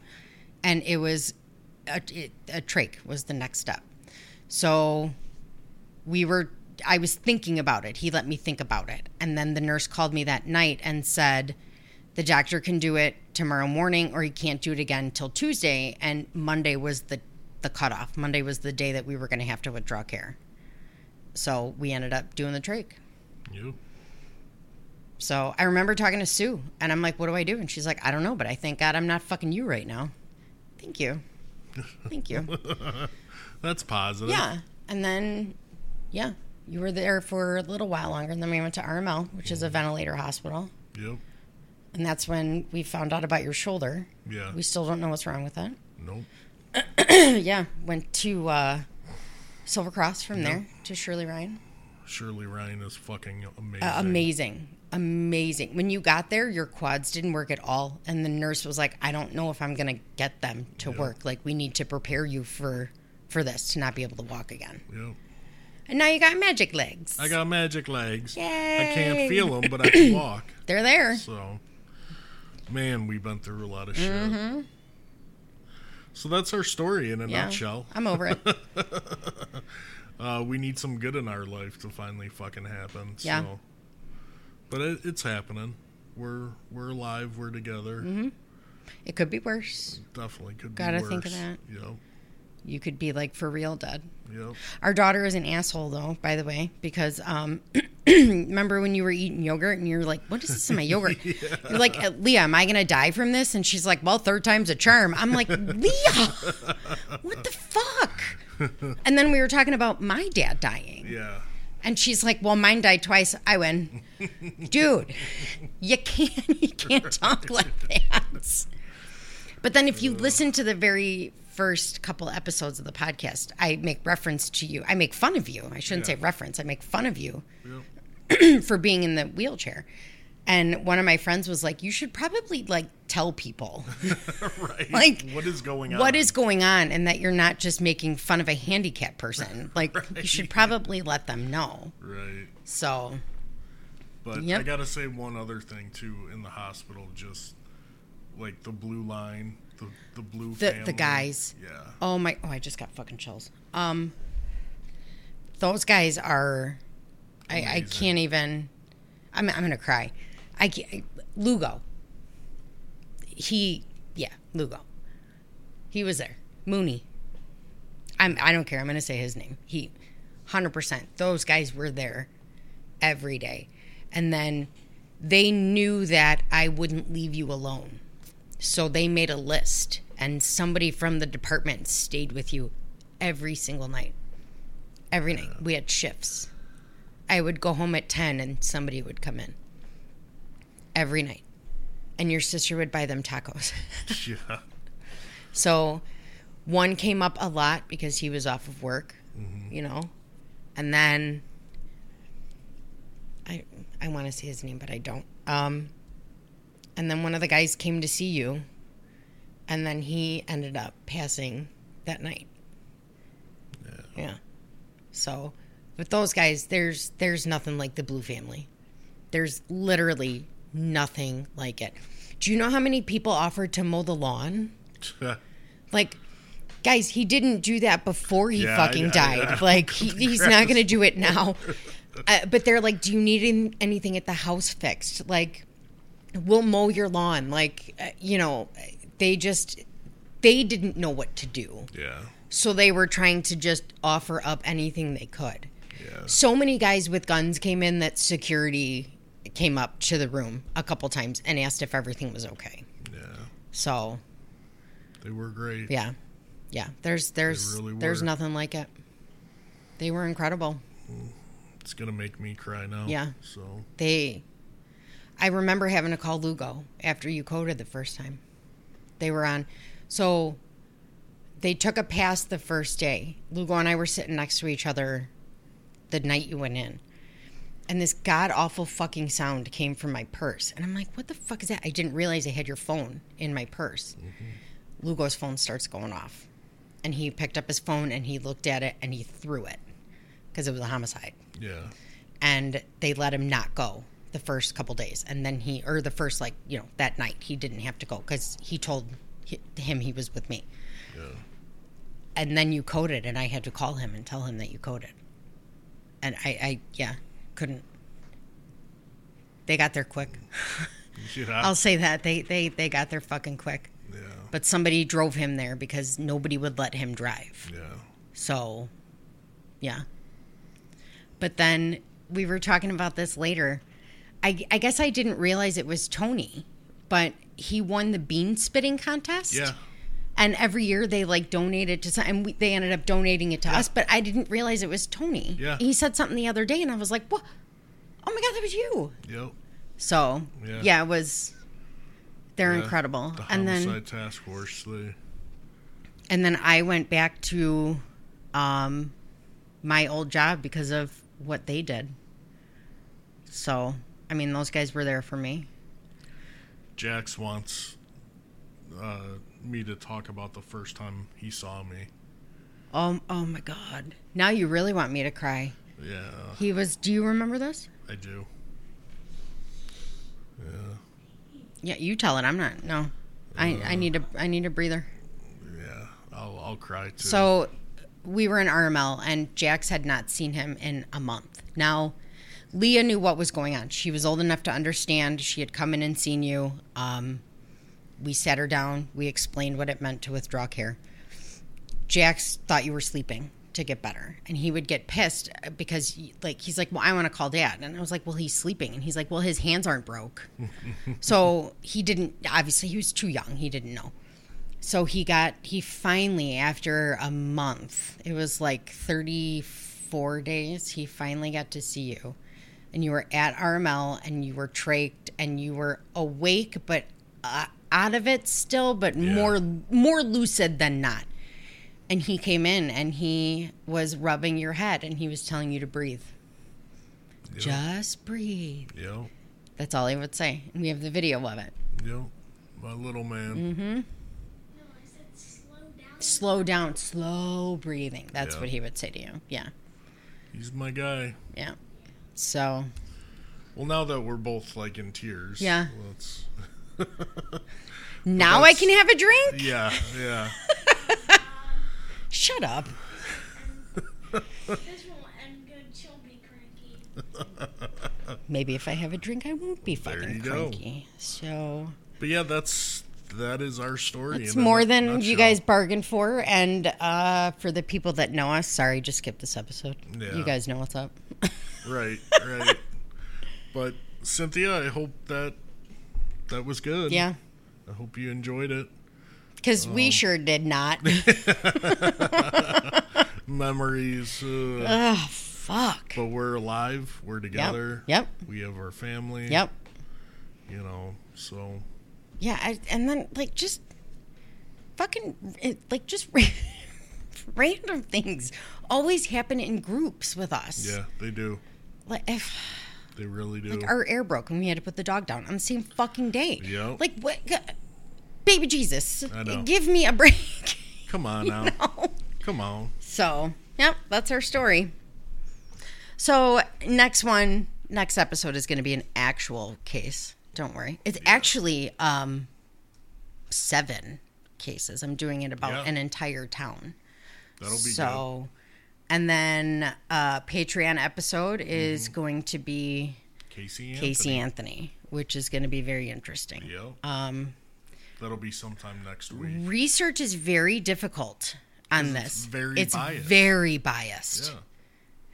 and it was a, it, a trach was the next step. So we were, I was thinking about it. He let me think about it. And then the nurse called me that night and said, the doctor can do it tomorrow morning or he can't do it again till Tuesday. And Monday was the, the cutoff. Monday was the day that we were going to have to withdraw care. So we ended up doing the trach.
You.
So I remember talking to Sue and I'm like, what do I do? And she's like, I don't know, but I thank God I'm not fucking you right now. Thank you. Thank you.
That's positive.
Yeah. And then, yeah, you were there for a little while longer. And then we went to RML, which is a ventilator hospital.
Yep.
And that's when we found out about your shoulder.
Yeah.
We still don't know what's wrong with that. *clears throat*
Nope.
yeah. Went to uh, Silver Cross from there to Shirley Ryan.
Shirley Ryan is fucking amazing.
Uh, amazing. Amazing. When you got there, your quads didn't work at all. And the nurse was like, I don't know if I'm going to get them to work. Like, we need to prepare you for for this to not be able to walk again.
Yep.
And now you got magic legs.
I got magic legs. I
Yay.
can't feel them, but
*coughs*
I can walk.
They're there.
So, man, we've been through a lot of shit. So that's our story in a
Mm-hmm. Yeah.
nutshell.
I'm over it.
Uh, we need some good in our life to finally fucking happen. So.
Yeah.
But it, it's happening. We're we're alive. We're together.
It could be worse.
Definitely could
Mm-hmm. Gotta
be worse.
think of that.
Yep.
You could be like for real dead.
Yep.
Our daughter is an asshole though, by the way, because um *clears throat* remember when you were eating yogurt and you're like, What is this in my yogurt? You're like, "Uh, Leah, am I gonna die from this? And she's like, Well, third time's a charm. I'm like, Leah, what the fuck? And then we were talking about my dad dying.
Yeah.
And she's like, Well, mine died twice, I win. Dude, you can't *laughs* you can't talk like that. But then if you listen to the very first couple episodes of the podcast, I make reference to you. I make fun of you. I shouldn't say reference. I make fun of you for being in the wheelchair. And one of my friends was like, "You should probably like tell people
*laughs* right.
Like,
what is going on?
what is going on and that you're not just making fun of a handicapped person. Like you should probably let them know."
right?
So,
But I
Yep.
gotta say one other thing too. In the hospital, just like the blue line, the the blue
The- the
family.
guys.
Yeah.
Oh my! Oh, I just got fucking chills. Um, those guys are. I, I
Amazing.
can't even. I'm I'm gonna cry. I can't, Lugo. He yeah Lugo. He was there. Mooney. I'm I don't care. I'm gonna say his name. He, hundred percent. Those guys were there, every day, and then they knew that I wouldn't leave you alone. So they made a list, and somebody from the department stayed with you every single night. Every night. We had shifts. I would go home at 10 and somebody would come in every night. And your sister would buy them tacos. *laughs*
*laughs* Yeah.
so one came up a lot because he was off of work, you know? And then I I want to say his name, but I don't. Um, and then one of the guys came to see you, and then he ended up passing that night. Yeah. So, but those guys, there's there's nothing like the Blue Family. There's literally nothing like it. Do you know how many people offered to mow the lawn?
*laughs*
Like, guys, he didn't do that before he
Yeah, I-
fucking
I-
died.
I- *laughs*
like, he, he's not going to do it now. Uh, but they're like, do you need an- anything at the house fixed? Like, we'll mow your lawn. Like, uh, you know, they just, they didn't know what to do.
yeah.
So they were trying to just offer up anything they could.
Yeah.
So many guys with guns came in that security came up to the room a couple times and asked if everything was okay.
Yeah.
So
They were great.
yeah. Yeah. There's there's
really
there's
were.
nothing like it. They were incredible.
It's gonna make me cry now.
Yeah.
So
They I remember having to call Lugo after you coded the first time. They were on so they took a pass the first day. Lugo and I were sitting next to each other the night you went in. And this god awful fucking sound came from my purse. And I'm like, what the fuck is that? I didn't realize I had your phone in my purse. Lugo's phone starts going off. And he picked up his phone and he looked at it and he threw it because it was a homicide
yeah.
and they let him not go the first couple days and then he or the first like you know that night he didn't have to go because he told hi- him he was with me
Yeah.
and then you coded and i had to call him and tell him that you coded and i i yeah couldn't they got there quick
Yeah.
i'll say that they they they got there fucking quick
yeah.
but somebody drove him there because nobody would let him drive
Yeah.
So, yeah. But then we were talking about this later. I, I guess I didn't realize it was Tony, but he won the bean spitting contest.
Yeah.
And every year they like donated to some, and we, they ended up donating it to us. But I didn't realize it was Tony.
Yeah.
He said something the other day, and I was like, "What? Oh my god, that was you!"
Yep.
So
Yeah.
yeah, it was They're
Yeah,
incredible.
The
and
homicide
then
task force. They,
and then I went back to um my old job because of what they did. So, I mean, those guys were there for me.
Jax wants uh, me to talk about the first time he saw me.
Oh, oh my god. Now you really want me to cry.
Yeah,
He was Do you remember this?
I do.
Yeah, you tell it. I'm not. No. I I need a I need a breather.
Yeah, I'll I'll cry too.
So we were in RML and Jax had not seen him in a month. Now, Leah knew what was going on. She was old enough to understand. She had come in and seen you. Um, we sat her down. We explained what it meant to withdraw care. Jax thought you were sleeping to get better. And he would get pissed because, like, he's like, Well, I want to call dad. And I was like, Well, he's sleeping. And he's like, Well, his hands aren't broke. so he didn't, obviously, he was too young. He didn't know. So he got he finally after a month. It was like 34 days he finally got to see you. And you were at RML and you were traked and you were awake but uh, out of it still but more more lucid than not. And he came in and he was rubbing your head and he was telling you to breathe. Just breathe.
Yo,
That's all he would say. And we have the video of it.
yo, my little man.
Mm-hmm.
No, I said slow down.
Slow down, slow breathing. That's
Yeah.
what he would say to you. Yeah.
He's my guy.
Yeah. So
Well, now that we're both like in tears.
Yeah.
Let's.
now I can have a drink?
Yeah, yeah.
Shut up.
This won't end good. She'll be cranky.
Maybe if I have a drink, I won't be
There
fucking
you go.
cranky. So
but yeah, that's that is our story.
it's
in a
more
nut-
than you
nutshell.
guys bargained for. And uh, for the people that know us, sorry, just skip this episode.
Yeah.
You guys know what's up. *laughs*
Right, right. but Cynthia, I hope that that was good.
yeah.
I hope you enjoyed it.
Because
Um.
we sure
*laughs*
did not.
Memories. Uh,
oh, fuck.
but we're alive. We're together.
yep.
We have our family.
Yep.
You know, so
Yeah. I, and then, like, just fucking, it- like, just *laughs* ra- random things always happen in groups with us.
yeah, they do.
Like, if.
They really do.
our air broke and we had to put the dog down on the same fucking day.
Yep.
Like what? g- Baby Jesus,
I know.
give me a break. *laughs* Oh,
Come on now. Come on.
so, yep, that's our story. So next one, next episode is going to be an actual case. Don't worry, it's actually um seven cases. I'm doing it about
Yeah.
an entire town.
That'll be
so, and then uh Patreon episode
Mm-hmm.
is going to be
good. Casey Anthony.
Casey Anthony, which is going to be very interesting.
Yeah. Um That'll be sometime next week.
Research is very difficult on this.
very
it's
biased.
very biased.
Yeah.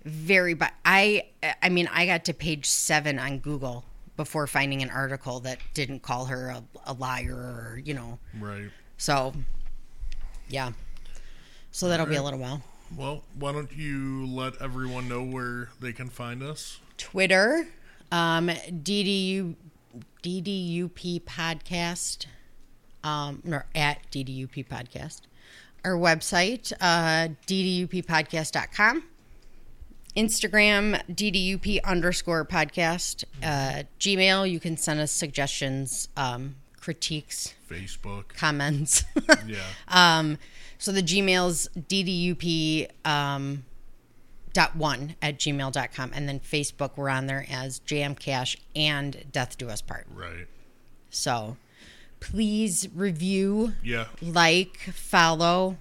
Very bi- I I mean I got to page 7 on Google before finding an article that didn't call her a, a liar or, you know.
Right.
So yeah. So that'll be a little while.
Well, why don't you let everyone know where they can find us?
Twitter, um, DDU, DDUP podcast, um, or at DDUP podcast. Our website, uh, DDUPpodcast.com. Instagram, DDUP underscore podcast. Uh, Gmail, you can send us suggestions, um, critiques,
Facebook.
comments. *laughs*
Yeah.
Um, so the Gmail's DDUP um, dot one at gmail.com. And then Facebook, we're on there as Jam Cash and Death Do Us Part.
Right.
So please review,
Yeah.
like, follow,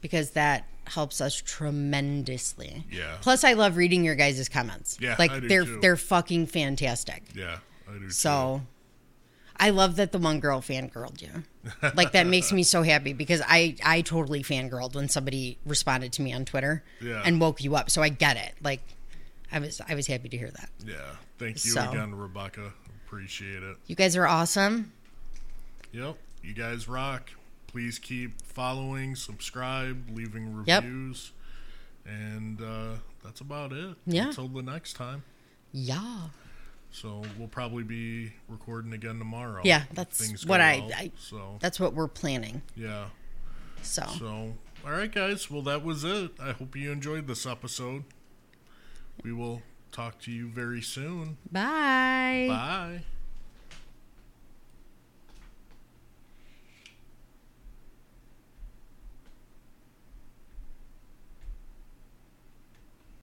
because that helps us tremendously.
Yeah.
Plus, I love reading your guys' comments.
Yeah,
like
I do
they're
too.
they're fucking fantastic.
Yeah. I do
So I love that the one girl fangirled you. Like that makes me so happy because I I totally fangirled when somebody responded to me on Twitter
Yeah.
and woke you up. So I get it. Like I was I was happy to hear that.
too. Yeah. Thank you
So.
again, Rebecca. Appreciate it.
You guys are awesome.
Yep. You guys rock. Please keep following, subscribe, leaving
Yep.
reviews. And uh, that's about it.
Yeah.
Until the next time.
Yeah.
So we'll probably be recording again tomorrow.
Yeah,
if
that's
go
what I-
well.
I-
So
That's what we're planning.
yeah.
So,
So all right, guys. Well, that was it. I hope you enjoyed this episode. We will talk to you very soon.
bye.
Bye.